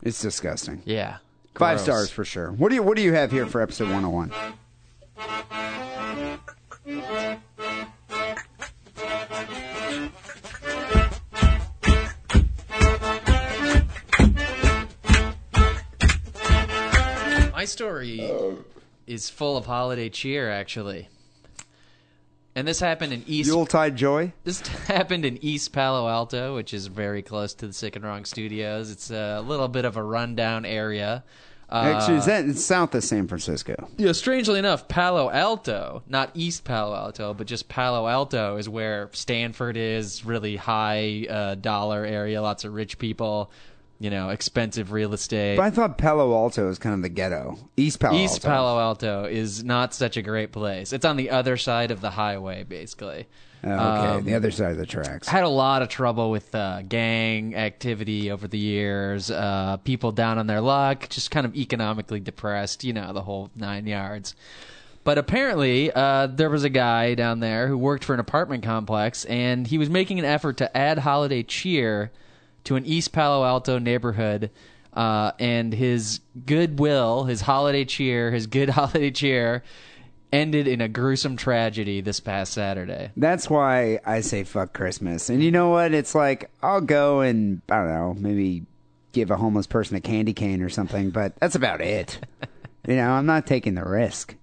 It's disgusting. Yeah. Five Gross. stars for sure. What do you What do you have here for episode 101? My story is full of holiday cheer, actually. And this happened in East. Yuletide joy. This (laughs) happened in East Palo Alto, which is very close to the Sick and Wrong Studios. It's a little bit of a rundown area. Uh, Actually, is that it's south of San Francisco? Yeah, strangely enough, Palo Alto, not East Palo Alto, but just Palo Alto is where Stanford is, really high uh, dollar area, lots of rich people, you know, expensive real estate. But I thought Palo Alto was kind of the ghetto. East Palo East Alto. Palo Alto is not such a great place. It's on the other side of the highway, basically. Oh, okay, Um, the other side of the tracks. Had a lot of trouble with uh, gang activity over the years. Uh, people down on their luck, just kind of economically depressed. You know, the whole nine yards. But apparently, uh, there was a guy down there who worked for an apartment complex, and he was making an effort to add holiday cheer to an East Palo Alto neighborhood. Uh, and his goodwill, his holiday cheer, his good (laughs) holiday cheer, ended in a gruesome tragedy this past Saturday. That's why I say fuck Christmas. And you know what? It's like I'll go and I don't know, maybe give a homeless person a candy cane or something, but that's about it. (laughs) you know, I'm not taking the risk.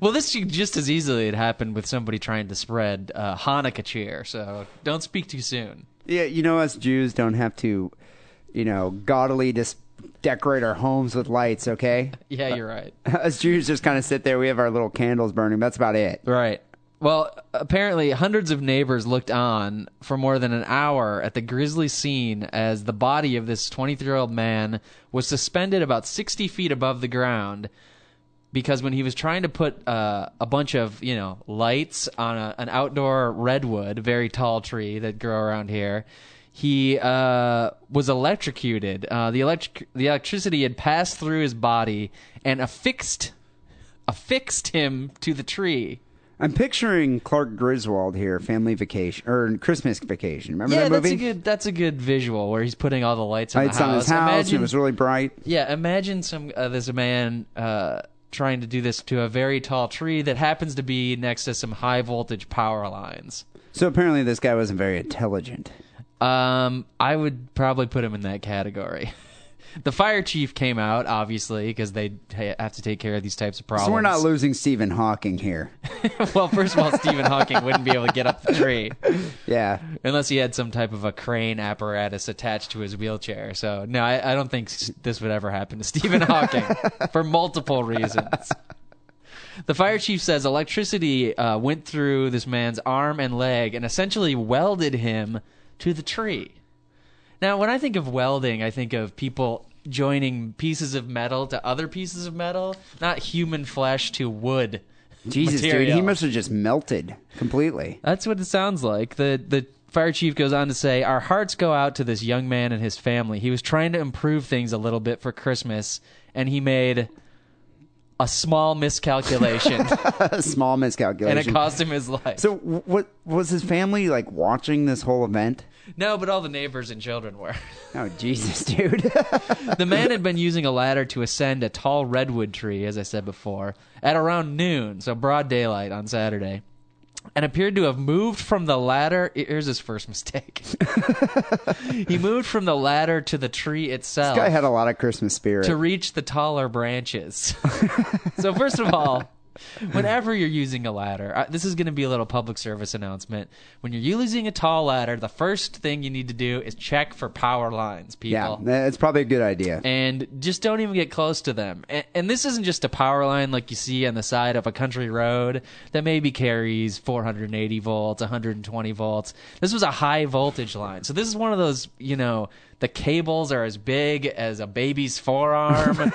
Well, this should just as easily had happened with somebody trying to spread uh, Hanukkah cheer. So don't speak too soon. Yeah, you know, us Jews don't have to, you know, gaudily dis- decorate our homes with lights. Okay, Yeah, you're right. (laughs) us Jews just kind of sit there. We have our little candles burning. That's about it. Right. Well, apparently, hundreds of neighbors looked on for more than an hour at the grisly scene as the body of this 23 year old man was suspended about 60 feet above the ground because when he was trying to put uh, a bunch of you know lights on a, an outdoor redwood, very tall tree that grow around here, he uh, was electrocuted. Uh, the electric the electricity had passed through his body and affixed affixed him to the tree. I'm picturing Clark Griswold here, family vacation or Christmas vacation. Remember yeah, that movie? that's a good that's a good visual where he's putting all the lights on Lights the house. on his house. Imagine- it was really bright. Yeah, imagine some uh, this man uh, trying to do this to a very tall tree that happens to be next to some high voltage power lines. So apparently, this guy wasn't very intelligent. Um, I would probably put him in that category. (laughs) the fire chief came out obviously because they ha- have to take care of these types of problems. So we're not losing Stephen Hawking here. (laughs) well, first of all, Stephen Hawking wouldn't be able to get up the tree Yeah, (laughs) unless he had some type of a crane apparatus attached to his wheelchair. So no, I, I don't think s- this would ever happen to (laughs) Stephen Hawking for multiple reasons. The fire chief says electricity uh, went through this man's arm and leg and essentially welded him to the tree. Now, when I think of welding, I think of people joining pieces of metal to other pieces of metal, not human flesh to wood. Jesus, dude, he material. must have just melted (laughs) completely. That's what it sounds like. The the fire chief goes on to say, "Our hearts go out to this young man and his family. He was trying to improve things a little bit for Christmas, and he made a small miscalculation, A small miscalculation. and it cost him his life. so, wh- what was his family like watching this whole event? no, but all the neighbors and children were. Oh, Jesus, (laughs) dude. the man had been using a ladder to ascend a tall redwood tree, as I said before, at around noon, so broad daylight on Saturday, and appeared to have moved from the ladder. Here's his first mistake. (laughs) he moved from the ladder to the tree itself guy had a lot of Christmas spirit. Oh. to reach the (laughs) taller branches. so, first of all, whenever you're using a ladder, I, this is going to be a little public service announcement. When you're using a tall ladder, the first thing you need to do is check for power lines, yeah, people it's probably a good idea. and just don't even get close to them. And, and this isn't just a power line like you see on the side of a country road that maybe carries 480 volts, 120 volts. This was a high voltage line. So this is one of those, you know, the cables are as big as a (laughs) baby's forearm.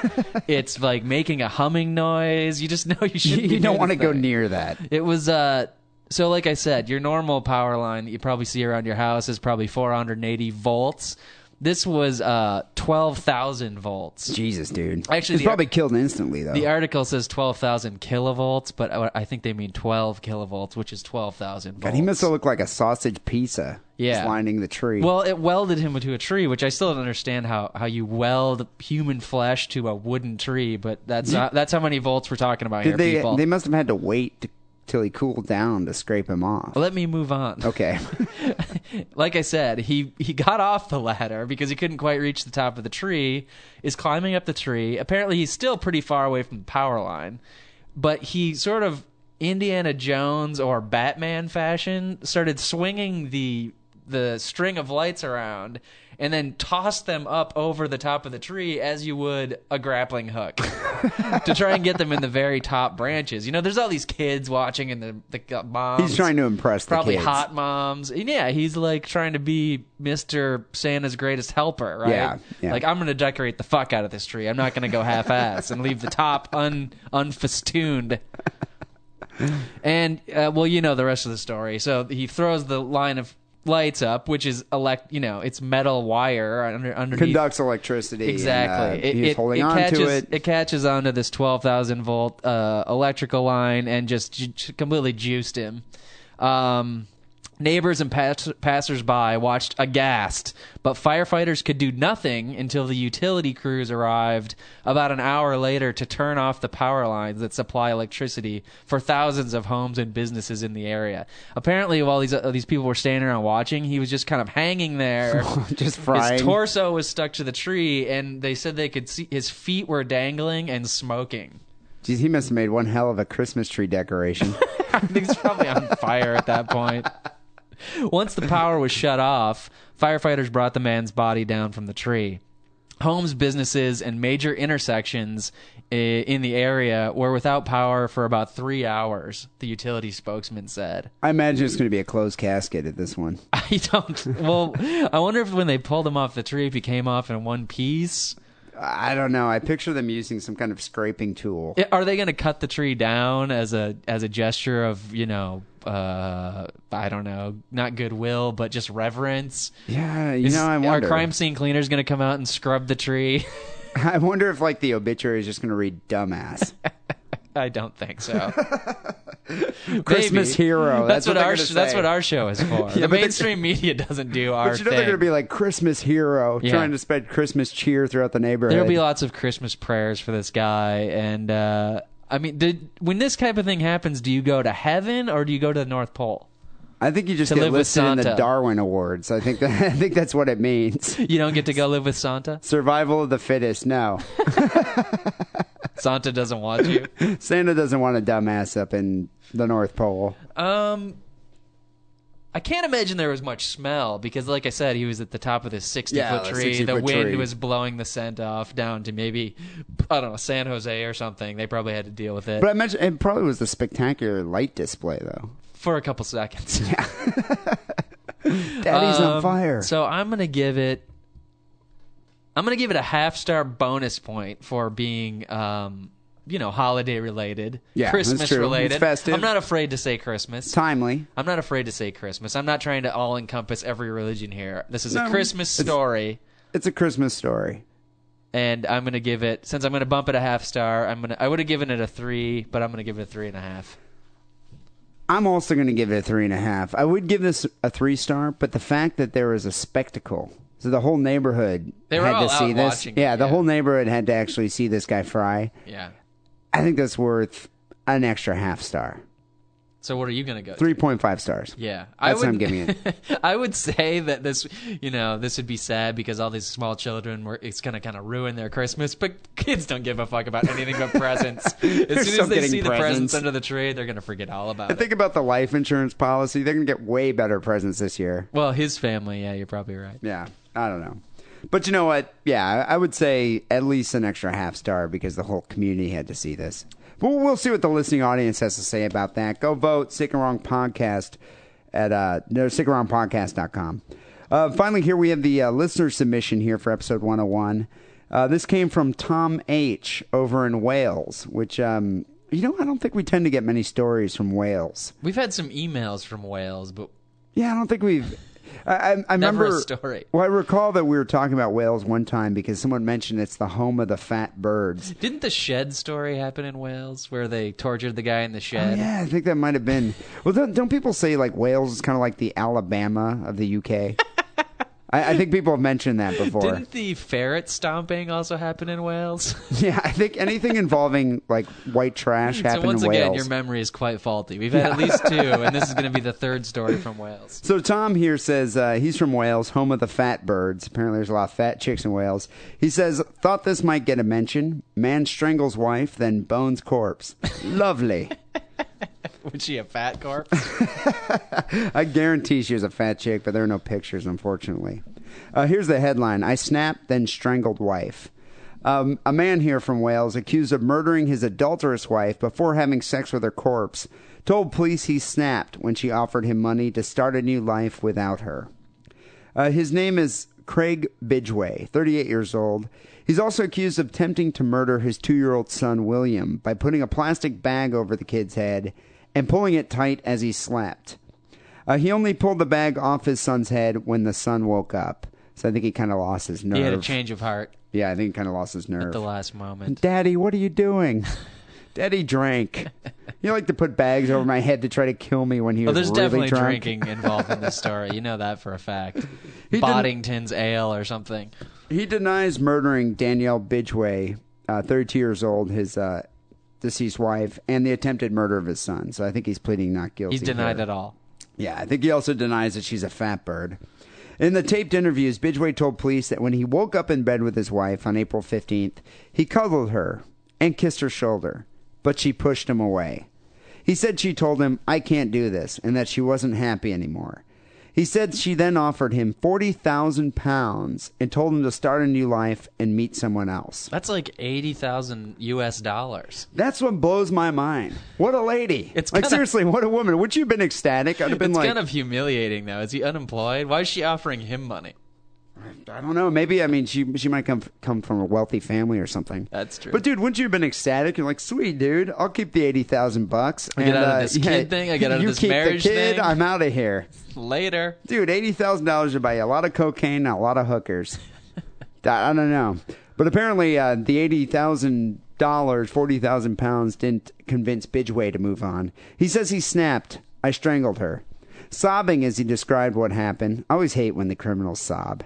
it's like making a humming noise. You just know you (laughs) shouldn't. you be don't doing want to this go thing. near that. It was uh so like I said, your normal power line that you probably see around your house is probably 480 volts. This was uh 12,000 volts. Jesus, dude. Actually, it's the- probably killed instantly though. The article says 12,000 kilovolts, but I I think they mean 12 kilovolts, which is 12,000 volts. God, he must have looked like a sausage pizza. Yeah. just lining the tree. Well, it welded him to a tree, which I still don't understand how, how you weld human flesh to a wooden tree, but that's not, that's how many volts we're talking about here, Did they people. they must have had to wait t- till he cooled down to scrape him off. Let me move on. (laughs) Okay, like I said, he he got off the ladder because he couldn't quite reach the top of the tree. Is climbing up the tree. Apparently, he's still pretty far away from the power line, but he sort of Indiana Jones or Batman fashion started swinging the the string of lights around and then tossed them up over the top of the tree as you would a (laughs) grappling hook to try and get them in the very top branches. You know, there's all these kids watching and the the moms he's trying to impress. probably the kids. hot moms. And yeah, he's like trying to be Mr. Santa's greatest helper, right? Yeah, yeah. Like I'm going to decorate the fuck out of this tree. I'm not going to go half ass and leave the top un unfestooned. And uh, well, you know the rest of the story. So he throws the line of lights up, which is elect, you know, it's metal wire under underneath (laughs) Conducts electricity. and, Exactly. uh, he's holding on catches, to it. (laughs) catches onto this 12,000 volt uh, electrical line and just ju- ju- completely juiced him. Um, neighbors and pas- passersby watched aghast, but firefighters could do nothing until the utility crews arrived about an hour later to turn off the power lines that supply electricity for thousands of homes and businesses in the area. Apparently, while these uh, these people were standing around watching, he was just kind of hanging there, (laughs) Just frying. his torso was stuck to the tree, and they said they could see his feet were dangling and (laughs) smoking. Jeez, he must have made one hell of a Christmas tree (laughs) decoration. Everything's probably on fire at that point. Once the power was shut off, firefighters brought the man's body down from the tree. Homes, businesses, and major intersections i- in the area were without power for about three hours, the utility spokesman said. (laughs) I imagine it's going to be a closed casket at this one. I don't. Well, I wonder if when they pulled him off the tree, if he came off in one piece. I don't know. I picture them using some kind of scraping tool. Yeah, Are they going to cut the tree down as a as a gesture of you know uh, I don't know not goodwill but just reverence? Yeah, you Is- know, I are wonder. crime scene cleaners going to come out and scrub the tree? (laughs) (laughs) I wonder if like the obituary is just going to read (laughs) "dumbass." I don't think (laughs) so. Christmas Maybe. hero. That's, That's what, what they're our gonna sh- that's say. what our show is (laughs) for. but the they're- mainstream media doesn't do (laughs) our But you know thing. they're going to be like Christmas hero, Yeah. trying to spread Christmas cheer throughout the neighborhood. There'll be lots of Christmas prayers for this guy, and uh, I mean, did, when this type of thing happens, do you go to heaven or do you go to the North Pole? I think you just to get live with listed in the Santa. Darwin Awards. I think that, (laughs) I think that's what it (laughs) means. You don't get to go live with Santa. Survival of the fittest. (laughs) No, Santa doesn't want you. Santa doesn't want a dumbass up in the North Pole. Um, I can't imagine there was much smell because, like I said, he was at the top of this sixty Yeah, foot the tree. 60 The foot wind tree. was blowing the scent off down to maybe I don't know San Jose or something. They probably had to deal with it But I imagine it probably was the spectacular light display though. for a (laughs) couple seconds. Daddy's on Um, fire. So I'm gonna give it. I'm gonna give it a half star bonus point for being um, you know, holiday related, Yeah, that's Christmas true. It's related. festive. I'm not afraid to say Christmas. Timely. I'm not afraid to say Christmas. I'm not trying to all encompass every religion here. This is No, a Christmas it's- story, It's a Christmas story. and I'm gonna give it. Since I'm gonna bump it a half star, I'm gonna. I would have given it a three, but I'm gonna give it a three and a half. I'm also going to give it a three and a half. I would give this a three star, but the fact that there was a spectacle, so the whole neighborhood They were had all to out see this. watching it, yeah, the yeah. whole neighborhood had to actually see this guy fry. Yeah. I think that's worth an extra half star, So what are you gonna go? three point five stars. Yeah, I That's would, what I'm giving it. (laughs) I would say that this, you know, this would be sad because all these small children were. It's gonna kind of ruin their Christmas. But kids don't give a fuck about anything (laughs) but presents. As soon still as they getting see the presents. presents under the tree, they're gonna forget all about Think about the life insurance policy. They're going to get way better presents this year. it. Well, his family. Yeah, you're probably right. Yeah, I don't know. But you know what? Yeah, I- I would say at least an extra half star because the whole community had to see this. But we'll see what the listening audience has to say about that. Go vote Sick and Wrong Podcast at uh, no, sickandwrongpodcast.com. Uh, finally, here we have the uh, listener submission here for episode 101. Uh, this came from Tom H. over in Wales, which, um, you know, I don't think we tend to get many stories from Wales. We've had some emails from Wales, but Yeah, I don't think we've. I, I, I Never remember a story. Well, I recall that we were talking about Wales one time because someone mentioned it's the home of the fat birds. didn't the shed story happen in Wales where they tortured the guy in the shed? Yeah, I think that might have been. Well, don't, don't people say like Wales is kind of like the Alabama of the (laughs) UK? I, I think people have mentioned that before. Didn't the ferret stomping also happen in Wales? (laughs) (laughs) Yeah, I think anything involving like white trash happened so once in again, Wales. your memory is quite faulty. We've had at least two, and this is going to (laughs) be the third story from Wales. So Tom here says uh, he's from Wales, home of the fat birds. Apparently, there's a lot of fat chicks in Wales. He says thought this might get a mention. Man strangles wife, then bones corpse. (laughs) Lovely. Was she a fat carp? I guarantee she was a fat chick, but there are no pictures, unfortunately. Uh, here's the headline I snapped, then strangled wife. Um, a man here from Wales, accused of murdering his adulterous wife before having sex with her corpse, told police he snapped when she offered him money to start a new life without her. Uh, his name is Craig Bidgeway, 38 years old. He's also accused of attempting to murder his two year old son, William, by putting a plastic bag over the kid's head and pulling it tight as he slept. Uh, he only pulled the bag off his son's head when the son woke up. So I think he kind of lost his nerve. he had a change of heart Yeah, I think he kind of lost his nerve. at the last moment. Daddy, what are you doing? Daddy (laughs) drank. You like to put bags over my head to try to kill me when he Oh, was there's really definitely drunk. drinking involved in this story. You know that for (laughs) a fact. didn't- Boddington's ale or something. He denies murdering Danielle Bidgeway, uh, 32 years old, his uh, deceased wife, and the attempted murder of his son. So I think he's pleading not guilty. He's denied here. it all. Yeah, I think he also denies that she's a fat bird. In the taped interviews, Bidgeway told police that when he woke up in bed with his wife on April 15th, he cuddled her and kissed her shoulder, but she pushed him away. He said she told him, I can't do this, and that she wasn't happy anymore. He said she then offered him 40,000 pounds and told him to start a new life and meet someone else. That's like eighty thousand U.S. dollars. That's what blows my mind. What a lady. It's like, kinda- seriously, what a woman. Would you have been ecstatic? I'd have been It's like, kind of humiliating, though. Is he unemployed? Why is she offering him money? I don't know. Maybe I mean she she might come come from a wealthy family or something. That's true. But dude, wouldn't you have been ecstatic? You're like, sweet dude, I'll keep the eighty thousand bucks. I get out of this kid thing, I get out of (laughs) you this keep marriage the kid, thing." I'm out of here, Later. dude. Eighty thousand dollars to buy you a lot of cocaine, and a lot of (laughs) hookers. I I don't know, but apparently uh, the eighty thousand dollars, forty thousand pounds, didn't convince Bidgeway to move on. He says he snapped. I strangled her, sobbing as he described what happened. I always hate when the criminals sob.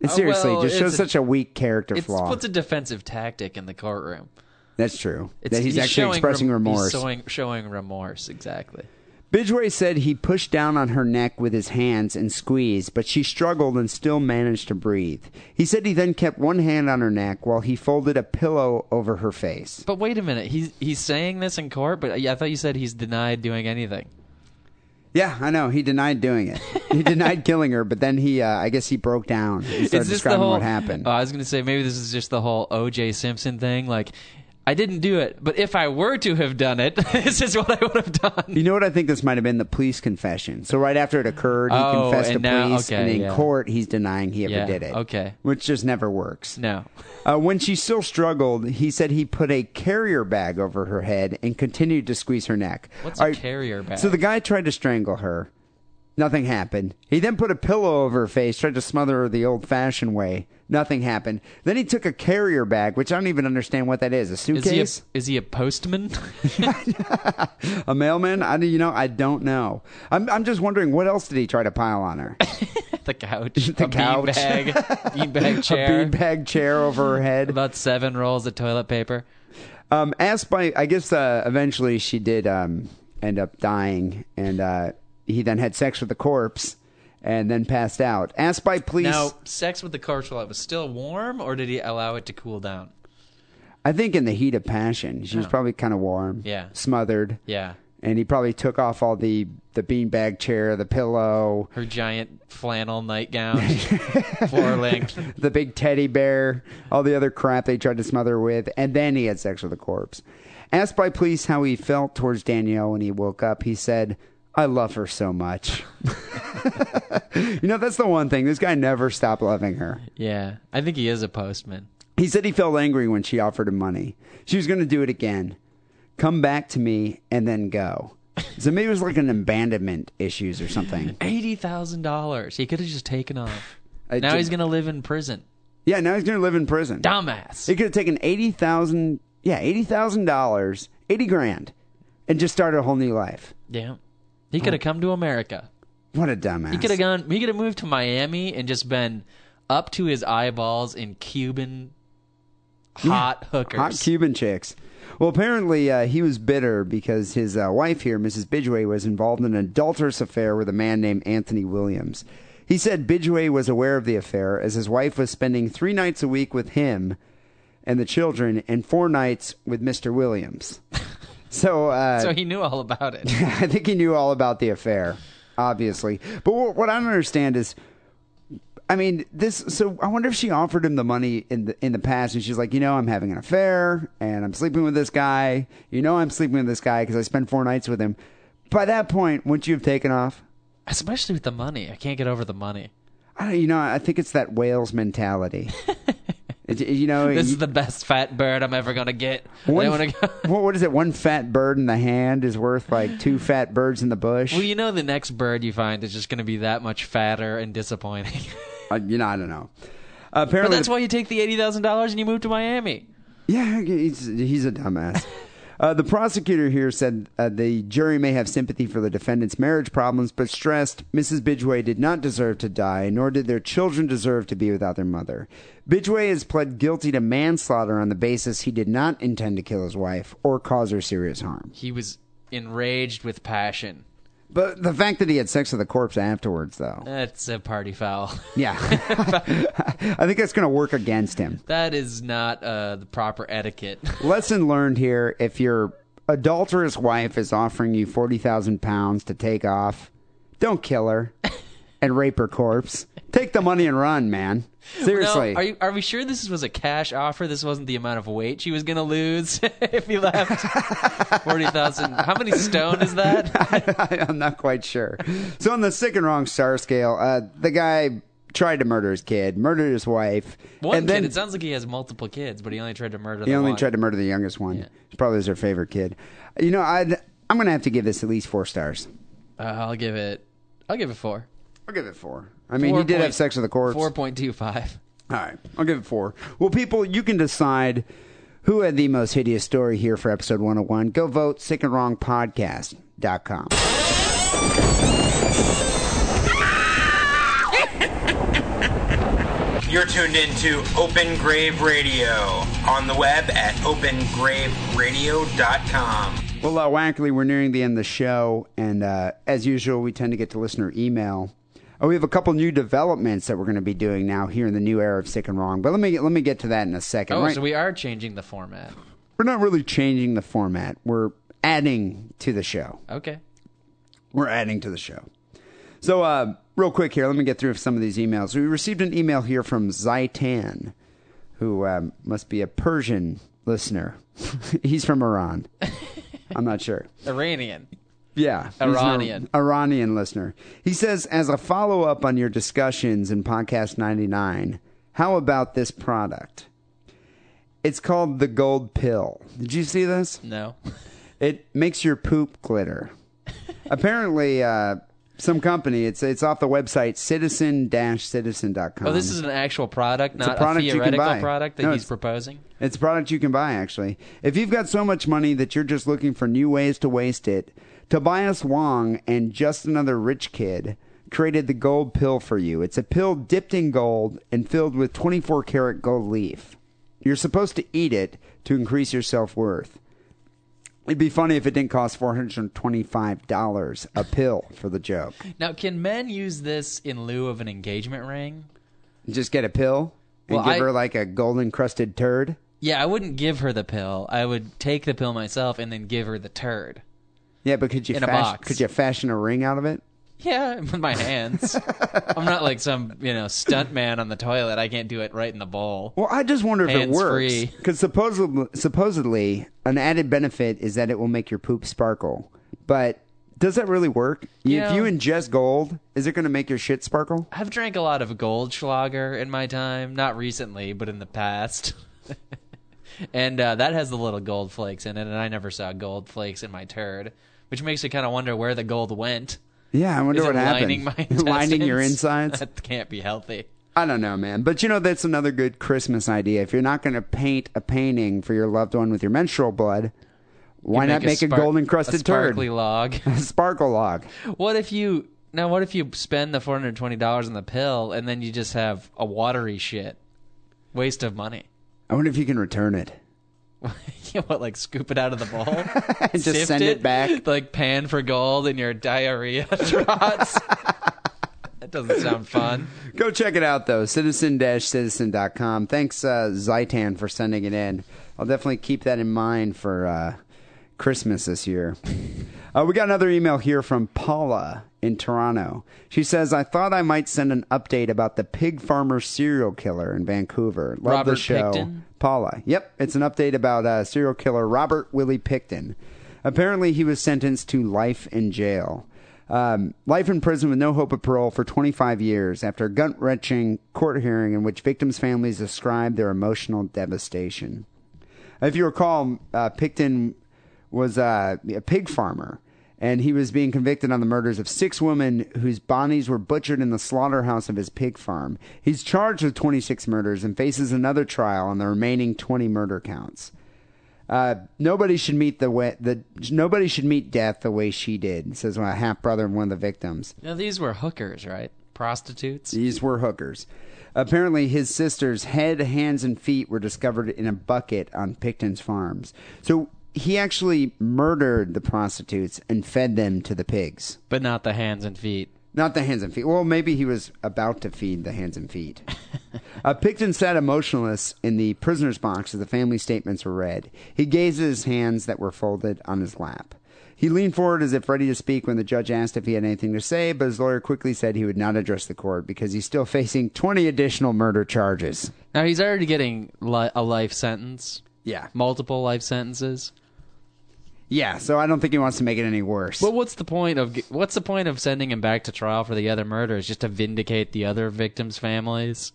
It Oh, seriously well, just it's shows a- such a weak character It's flaw. what's a defensive tactic in the courtroom. That's true. It's, that he's, actually showing expressing rem- remorse. He's showing, showing remorse, exactly. Bidgeway said he pushed down on her neck with his hands and squeezed, but she struggled and still managed to breathe. He said he then kept one hand on her neck while he folded a pillow over her face. But wait a minute, he's he's saying this in court, but I thought you said he's denied doing anything. Yeah, I know. He denied doing it. (laughs) He denied killing her, but then he, uh, I guess he broke down and started Is this the describing whole? uh, what happened. Oh, I was gonna say maybe this is just the whole O.J. Simpson thing. Like, I didn't do it, but if I were to have done it, (laughs) this is what I would have done. You know what I think this might have been the police confession. So right after it occurred, he Oh, confessed to and now- police, okay, and in yeah. court he's denying he ever Yeah, did it. okay. which just never works. No. Uh, when she still struggled, he said he put a carrier bag over her head and continued to squeeze her neck. What's All a carrier bag? So the guy tried to strangle her. Nothing happened. He then put a pillow over her face, tried to smother her the old fashioned way. Nothing happened. Then he took a carrier bag, which I don't even understand what that is. A Is he a, suitcase? is he a postman? (laughs) a mailman? I you know, I don't know. I'm I'm just wondering what else did he try to pile on her? the couch. (laughs) The a couch. (laughs) Beanbag. beanbag A (laughs) chair. beanbag chair over her head. About seven rolls of toilet paper. Um, asked by, I guess uh, eventually she did um, end up dying, and uh, he then had sex with the corpse, and then passed out. Asked by police, Now, sex with the corpse while it was still warm, or did he allow it to cool down? I think in the heat of passion, she was probably kind of warm, Oh. Yeah. smothered, Yeah. and he probably took off all the the beanbag chair, the pillow, Her giant flannel (laughs) nightgown, floor length. the big teddy bear, all the other crap they tried to smother her with, and then he had sex with the corpse. Asked by police how he felt towards Danielle when he woke up, he said, I love her so much. (laughs) you know, that's the one thing. This guy never stopped loving her. Yeah. I think he is a postman. He said he felt angry when she offered him money. She was going to do it again. Come back to me and then go. So maybe it was like an abandonment issues or something. Eighty thousand dollars. He could have just taken off. I now did- he's gonna live in prison. Yeah, now he's going to live in prison. Dumbass. He could have taken eighty thousand, yeah, eighty thousand dollars, eighty grand, and just started a whole new life. yeah. He Oh. could have come to America. What a dumbass! He could have gone. He could have moved to Miami and just been up to his eyeballs in Cuban hot hookers. hot Cuban chicks. Well, apparently uh, he was bitter because his uh, wife here, Mrs. Bidgeway, was involved in an adulterous affair with a man named Anthony Williams. He said Bidgeway was aware of the affair as his wife was spending three nights a week with him and the children, and four nights with Mister Williams. (laughs) So, uh, so he knew all about it. I think he knew all about the affair, obviously. But what, what I don't understand is, I mean, this. So I wonder if she offered him the money in the in the past, and she's like, you know, I'm having an affair, and I'm sleeping with this guy. You know, I'm sleeping with this guy because I spent four nights with him. By that point, wouldn't you have taken off? Especially with the money. I can't get over the money. I don't, you know, I think it's that whales mentality. It- you know, This you- is the best fat bird I'm ever gonna get. I one, don't wanna go. (laughs) what, what is it? One fat bird in the hand is worth like two fat birds in the bush. Well, you know the next bird you find is just gonna be that much fatter and disappointing. (laughs) Uh, you know, I don't know. but Apparently, that's why you take the eighty thousand dollars and you move to Miami. Yeah, he's, he's a dumbass. Uh, the prosecutor here said uh, the jury may have sympathy for the defendant's marriage problems, but stressed Mrs. Bidgeway did not deserve to die, nor did their children deserve to be without their mother. Bidgeway has pled guilty to manslaughter on the basis he did not intend to kill his wife or cause her serious harm. He was enraged with passion. But the fact that he had sex with the corpse afterwards, though, That's a party foul. yeah, (laughs) I think that's going to work against him. That is not uh, the proper etiquette. Lesson learned here: if your adulterous wife is offering you forty thousand pounds to take off, don't kill (laughs) her and rape her corpse. Take the money and run, man. Seriously, No, are you are we sure this was a cash offer? This wasn't the amount of weight she was gonna lose (laughs) if he left (laughs) forty thousand. How many stone is that? (laughs) I, am not quite sure. So on the sick and wrong star scale, uh, the guy tried to murder his kid, murdered his wife, One and then kid. It sounds like he has multiple kids, but he only tried to murder. he the only one. tried to murder the youngest one. She Probably was her favorite kid. You know, I'd, I'm going to have to give this at least four stars. Uh, I'll give it. I'll give it four. I'll give it four. I mean, Four he did have point- sex with the corpse. Four point two five. All right, I'll give it four. Well, people, you can decide who had the most hideous story here for episode 101. Go vote sickandwrongpodcast.com. You're tuned into Open Grave Radio on the web at opengraveradio.com. Well, uh, Wackley, we're nearing the end of the show, and uh, as usual, we tend to get to listener email. Oh, we have a couple new developments that we're going to be doing now here in the new era of Sick and Wrong, but let me let me get to that in a second. Oh, right? so we are changing the format. we're not really changing the format; we're adding to the show. Okay. we're adding to the show. So, uh, real quick here, let me get through some of these emails. We received an email here from Zaitan, who um, must be a Persian listener. (laughs) he's from Iran. I'm not sure. Iranian. Yeah. he's an Iranian. Ir- Iranian listener. He says, as a follow up on your discussions in podcast 99, how about this product? It's called the Gold Pill. Did you see this? No. It makes your poop glitter. Apparently, uh, some company, it's it's off the website citizen-citizen.com. Oh, this is an actual product, not product you a can theoretical buy. product that No, he's it's- proposing. It's a product you can buy, actually. If you've got so much money that you're just looking for new ways to waste it, Tobias Wong and Just Another Rich Kid created the gold pill for you. It's a pill dipped in gold and filled with 24 karat gold leaf. You're supposed to eat it to increase your self worth. It'd be funny if it didn't cost $425 a pill for the joke. Now, can men use this in lieu of an engagement ring? Just get a pill and Well, give I- her like a gold encrusted turd. Yeah, I wouldn't give her the pill. I would take the pill myself and then give her the turd. Yeah, but could you, In a fash- box. could you fashion a ring out of it? Yeah, (laughs) with my hands. I'm not like some, you know, stunt man on the toilet. I can't do it right in the bowl. Well, I just wonder if it Hands works free. because supposedly, supposedly, an added benefit is that it will make your poop sparkle. But does that really work? You- Yeah. If you ingest gold, is it going to make your shit sparkle? I've drank a lot of Goldschlager in my time, not recently, but in the past. (laughs) and uh, that has the little gold flakes in it, and I never saw gold flakes in my turd, which makes me kind of wonder where the gold went. Yeah, I wonder Is what it happened. lining my (laughs) lining your intestines? insides. (laughs) That can't be healthy. I don't know, man. But you know, that's another good Christmas idea. If you're not going to paint a painting for your loved one with your menstrual blood, why not make a, spark- gold encrusted a turd? sparkly log? A (laughs) sparkle log. what if you now? What if you spend the four hundred twenty dollars on the pill and then you just have a watery shit waste of money? (laughs) I wonder if you can return it. you know what, like scoop it out of the bowl, (laughs) just Sift send it back. like pan for gold in your diarrhea (laughs) trots. that doesn't sound fun. Go check it out, though. Citizen-citizen.com. Thanks, uh, Zaitan, for sending it in. I'll definitely keep that in mind for uh, Christmas this year. Uh, we got another email here from Paula in Toronto. She says, I thought I might send an update about the pig farmer serial killer in Vancouver. Love the Robert show. Picton? Paula. Yep, it's an update about uh, serial killer Robert Willie Picton. Apparently, he was sentenced to life in jail. Um, life in prison with no hope of parole for 25 years after a gut wrenching court hearing in which victims' families described their emotional devastation. If you recall, uh, Picton was uh, a pig farmer, and he was being convicted on the murders of six women whose bodies were butchered in the slaughterhouse of his pig farm. He's charged with 26 murders and faces another trial on the remaining 20 murder counts. Uh, nobody should meet the way the nobody should meet death the way she did. Says my half brother of one of the victims. Now these were hookers, right? Prostitutes. These were hookers. Apparently, his sister's head, hands, and feet were discovered in a bucket on Picton's farms. So he actually murdered the prostitutes and fed them to the pigs. but not the hands and feet. Not the hands and feet. Well, maybe he was about to feed the hands and feet. uh, Picton sat emotionless in the prisoner's box as the family statements were read. He gazed at his hands that were folded on his lap. He leaned forward as if ready to speak when the judge asked if he had anything to say, but his lawyer quickly said he would not address the court because he's still facing 20 additional murder charges. Now he's already getting li- a life sentence, Yeah. multiple life sentences. Yeah, so I don't think he wants to make it any worse. But what's the point of what's the point of sending him back to trial for the other murders just to vindicate the other victims' families?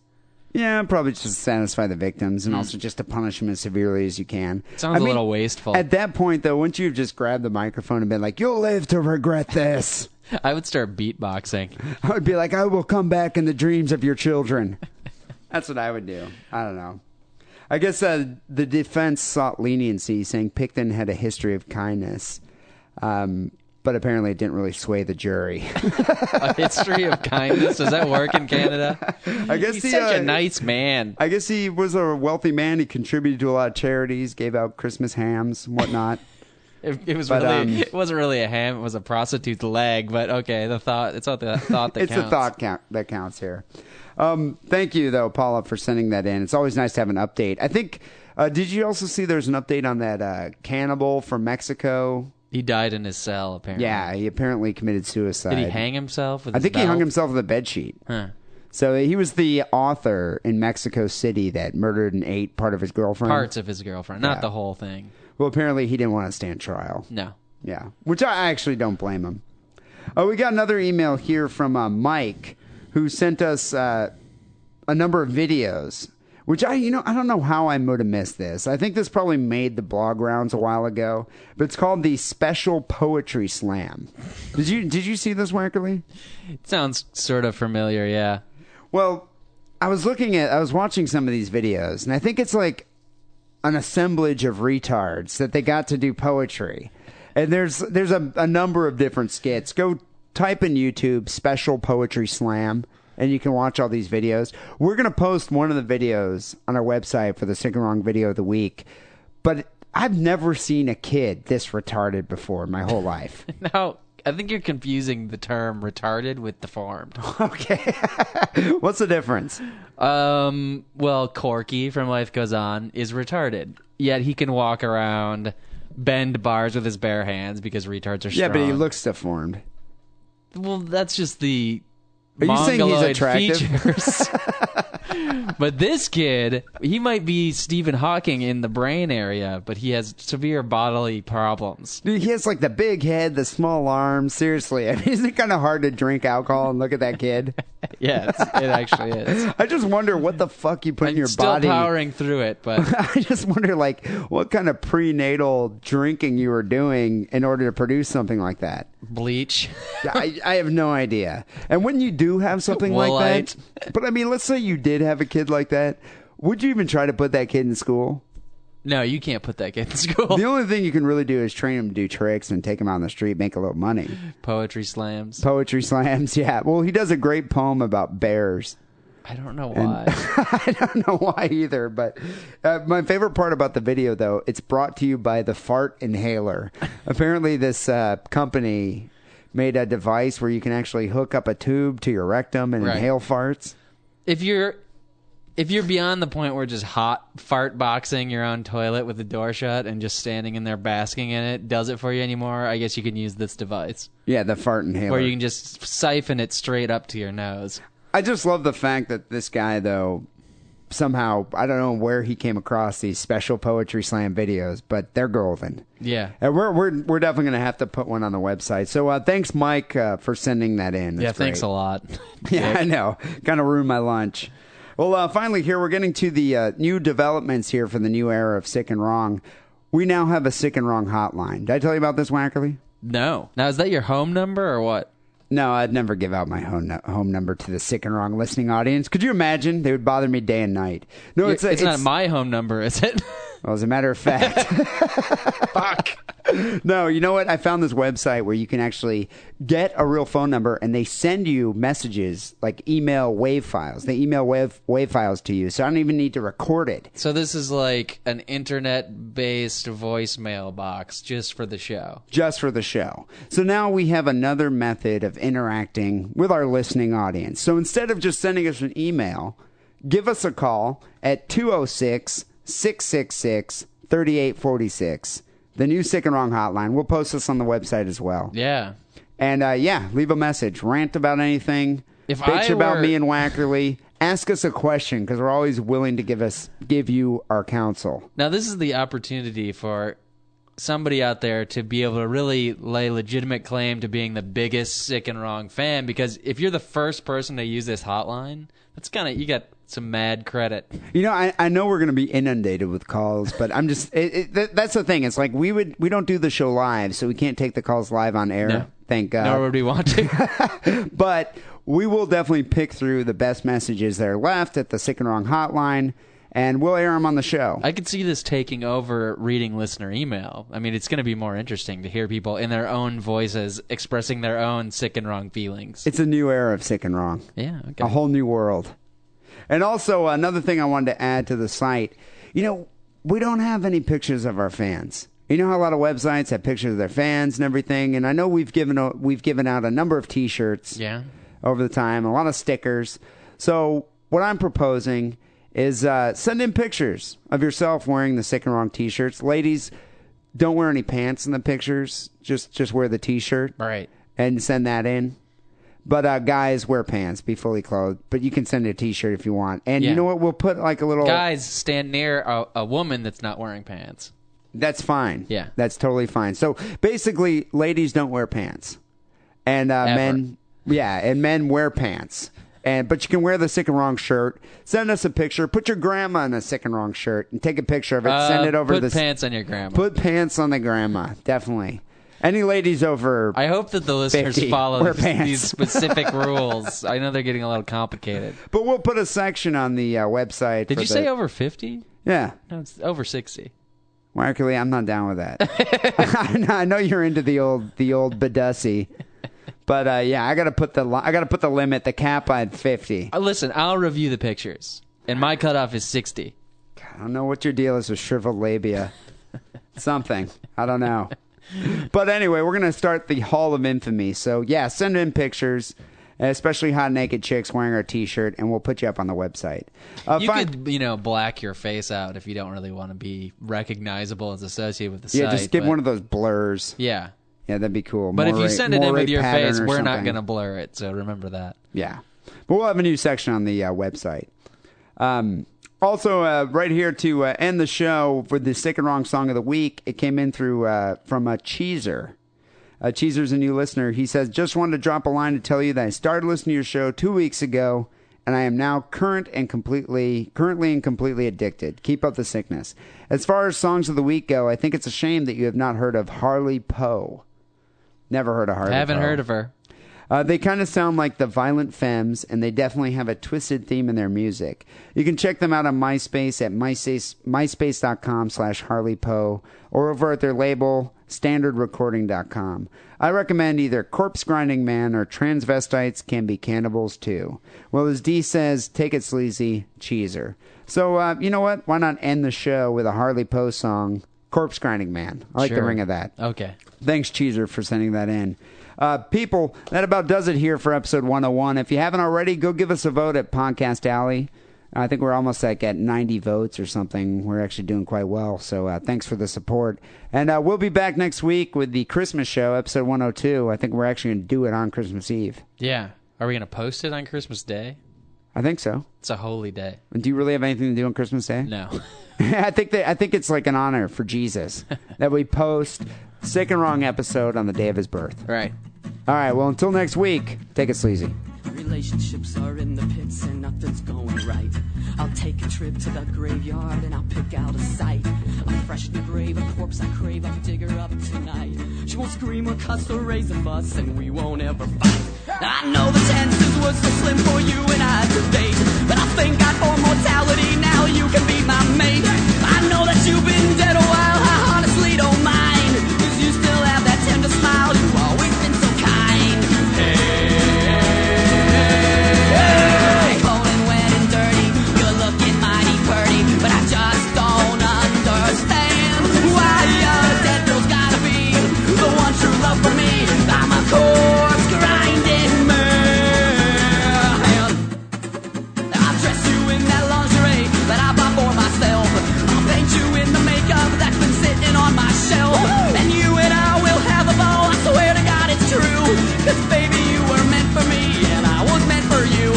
Yeah, probably just to satisfy the victims and also just to punish them as severely as you can. Hmm. Sounds a little wasteful. At that point, though, once you've just grabbed the microphone and been like, you'll live to regret (laughs) this, I would start beatboxing. I would be like, I will come back in the dreams of your children. That's what I would do. I don't know. I guess uh, the defense sought leniency, saying Picton had a history of kindness. Um, but apparently, it didn't really sway the jury. (laughs) a history of kindness. Does that work in Canada? I guess He's the, such uh, a nice man. I guess he was a wealthy man. He contributed to a lot of charities, gave out Christmas hams and whatnot. It, it was but, really, um, it wasn't really a ham. It was a prostitute's leg. But okay, the thought. It's not the thought (laughs) that it's counts. the thought count that counts here. Um, thank you, though, Paula, for sending that in. It's always nice to have an update. I think. Uh, did you also see there's an update on that uh, cannibal from Mexico? He died in his cell. Apparently, Yeah, he apparently committed suicide. Did he hang himself? With I think he hung himself with a bed sheet. So he was the author in Mexico City that murdered and ate part of his girlfriend. Parts of his girlfriend, not Yeah. the whole thing. Well, apparently he didn't want to stand trial. No. Yeah, which I actually don't blame him. Oh, we got another email here from uh, Mike, who sent us uh, a number of videos. Which I, you know, I don't know how I would have missed this. I think this probably made the blog rounds a while ago, but it's called the Special Poetry Slam. Did you did you see this, Wackerly? It sounds sort of familiar, yeah. Well, I was looking at, I was watching some of these videos, and I think it's like an assemblage of retards that they got to do poetry. And there's there's a, a number of different skits. Go type in YouTube special poetry slam, and you can watch all these videos. We're gonna post one of the videos on our website for the sick and wrong video of the week, but. I've never seen a kid this retarded before in my whole life. Now, I think you're confusing the term retarded with deformed. Okay. (laughs) What's the difference? Um, well, Corky from Life Goes On is retarded, yet he can walk around, bend bars with his bare hands because retards are Yeah, strong. but he looks deformed. Well, that's just the. Are you saying he's mongoloid attractive? (laughs) Features. (laughs) but this kid, he might be Stephen Hawking in the brain area, but he has severe bodily problems. Dude, he has like the big head, the small arms. Seriously, (laughs) I mean, isn't it kind of hard to drink alcohol and look at that kid? Yeah, it's, it actually (laughs) is. I just wonder what the fuck you put in your Still body. powering through it, but (laughs) I just wonder, like, what kind of prenatal drinking you were doing in order to produce something like that. bleach. I, I have no idea. And when you do have something like Woolite. that, but I mean, let's say you did have a kid like that, would you even try to put that kid in school? No, you can't put that kid in (laughs) school. The only thing you can really do is train him to do tricks and take him out on the street, make a little money. Poetry slams. Poetry (laughs) slams, yeah. Well, he does a great poem about bears. (laughs) I don't know why. (laughs) I don't know why either, but uh, my favorite part about the video, though, it's brought to you by the fart inhaler. (laughs) Apparently, this uh, company made a device where you can actually hook up a tube to your rectum and Right. inhale farts. if you're if you're beyond the point where just hot fart boxing your own toilet with the door shut and just standing in there basking in it does it for you anymore, I guess you can use this device Yeah, the fart inhaler. where you can just siphon it straight up to your nose. I just love the fact that this guy, though, somehow I don't know where he came across these special poetry slam videos, but they're golden. Yeah. And we're we're we're definitely going to have to put one on the website. So uh, thanks, Mike, uh, for sending that in. That's yeah, thanks great. a lot. (laughs) (laughs) Yeah, I know. Kind of ruined my lunch. Well, uh, finally, here we're getting to the uh, new developments here for the new era of Sick and Wrong. We now have a Sick and Wrong hotline. Did I tell you about this, Wackerly? no. Now is that your home number or what? No, I'd never give out my home, home number to the Sick and Wrong listening audience. Could you imagine? They would bother me day and night. No, It's, it's, a, not my home number, is it? (laughs) Well, as a matter of fact. Fuck. No, you know what? I found this website where you can actually get a real phone number and they send you messages like email wave files. They email wave, wave files to you. So I don't even need to record it. so this is like an internet-based voicemail box just for the show. just for the show. So now we have another method of interacting with our listening audience. So instead of just sending us an email, give us a call at 206 666 3846. The new Sick and Wrong Hotline. We'll post this on the website as well. Yeah. And uh, yeah, leave a message, rant about anything, If bitch I about were- me and Wackerly. Ask us a question because we're always willing to give us give you our counsel. Now, this is the opportunity for somebody out there to be able to really lay legitimate claim to being the biggest sick and wrong fan because if you're the first person to use this hotline, that's kind of, you got some mad credit. You know, I, I know we're going to be inundated with calls, but I'm just it, it, that, that's the thing. It's like we would we don't do the show live, so we can't take the calls live on air. No. Thank God. Nor would we (laughs) want to. but we will definitely pick through the best messages that are left at the sick and wrong hotline, and we'll air them on the show. I could see this taking over reading listener email. I mean, it's going to be more interesting to hear people in their own voices expressing their own sick and wrong feelings. it's a new era of sick and wrong. yeah. Okay. a whole new world. And also another thing I wanted to add to the site, you know, we don't have any pictures of our fans. You know how a lot of websites have pictures of their fans and everything, and I know we've given a, we've given out a number of T-shirts yeah. over the time, a lot of stickers. So what I'm proposing is uh, send in pictures of yourself wearing the sick and wrong T-shirts. Ladies, don't wear any pants in the pictures. Just just wear the T-shirt All right. and send that in. But uh, guys, wear pants, be fully clothed. But you can send a T-shirt if you want. And Yeah. you know what? We'll put like a little. Guys stand near a, a woman that's not wearing pants. That's fine. Yeah. that's totally fine. So basically, ladies don't wear pants, and uh, Ever. men, yeah, and men wear pants. And but you can wear the sick and wrong shirt. Send us a picture. Put your grandma in a sick and wrong shirt and take a picture of it. send Uh, it over put to the pants on your grandma. Put pants on the grandma, definitely. Any ladies over? I hope that the listeners 50, follow wear these, pants. these specific rules. I know they're getting a little complicated. but we'll put a section on the uh, website. Did for you the- say over fifty? Yeah, No, it's over sixty. Markley, I'm not down with that. (laughs) I (laughs) know- I know you're into the old the old bedussy. But uh, yeah, I gotta put the li- I gotta put the limit, the cap at fifty. Uh, Listen, I'll review the pictures, and my cutoff is sixty. I don't know what your deal is with shriveled labia. Something. I don't know. But anyway, we're going to start the Hall of Infamy. So, yeah, send in pictures, especially hot naked chicks wearing our t shirt, and we'll put you up on the website. Uh, You fine- could, you know, black your face out if you don't really want to be recognizable as associated with the yeah, site. just give but- one of those blurs. Yeah, Yeah, that'd be cool. but if you Moray- send it in Moray with your pattern face, or we're not something. going to blur it. So remember that. Yeah. But we'll have a new section on the uh, website. Um, also, uh, right here to uh, end the show for the sick and wrong song of the week, it came in through uh, from a cheeser. Uh, Cheeser's a new listener. He says, "Just wanted to drop a line to tell you that I started listening to your show two weeks ago, and I am now current and completely, currently and completely addicted. Keep up the sickness. As far as songs of the week go, I think it's a shame that you have not heard of Harley Poe. Never heard of Harley. I haven't Poe. heard of her. Uh, they kind of sound like the Violent Femmes, and they definitely have a twisted theme in their music. You can check them out on MySpace at myspace, myspace.com slash Harley Poe or over at their label, standardrecording.com. I recommend either Corpse Grinding Man or Transvestites Can Be Cannibals Too. Well, as D says, take it sleazy, cheeser. So, uh, you know what? Why not end the show with a Harley Poe song, Corpse Grinding Man? I like the Sure. ring of that. Okay. Thanks, Cheeser, for sending that in. Uh, people, that about does it here for episode 101. If you haven't already, go give us a vote at Podcast Alley. I think we're almost like at 90 votes or something. We're actually doing quite well. So uh, thanks for the support. And uh, we'll be back next week with the Christmas show, episode 102. I think we're actually going to do it on Christmas Eve. Yeah. Are we going to post it on Christmas Day? I think so. It's a holy day. Do you really have anything to do on Christmas Day? No. (laughs) (laughs) I think that I think it's like an honor for Jesus that we post sick and wrong episode on the day of his birth. right. All right. Well, until next week, take it sleazy. Relationships are in the pits and nothing's going right. I'll take a trip to the graveyard and I'll pick out a site. A fresh new grave, a corpse I crave, I'll dig her up tonight. She won't scream or cuss or raise a muss and we won't ever fight. I know the chances were so slim for you and I to date, but I thank God for mortality, now you can be my mate. I know that you've been dead a while, I honestly don't mind. Cause you still have that tender smile, you've always been so kind. cold and wet and dirty. You're looking mighty pretty, but I just don't understand why your dead girl's gotta be the one true love for me. I'm a corpse grinding man. I'll dress you in that lingerie that I bought for myself. I'll paint you in the makeup that's been sitting on my shelf. And you and I will have a ball, I swear to God it's true. Cause baby, you were meant for me, and I was meant for you.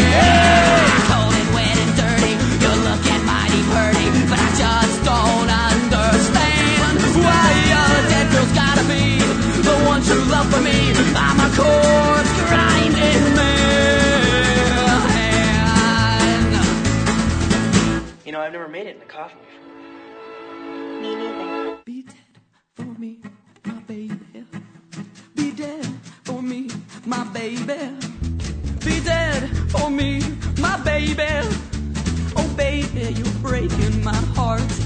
Cold and wet and dirty, you look at mighty purty, but I just don't understand why your dead girl's gotta be the one true love for me. I'm a corpse grinding man. You know, I've never made it in a coffin before. Me neither. Be dead for me, my baby. Be dead for me, my baby. Be dead for me, my baby. Oh, baby, you're breaking my heart. Oh, Oh,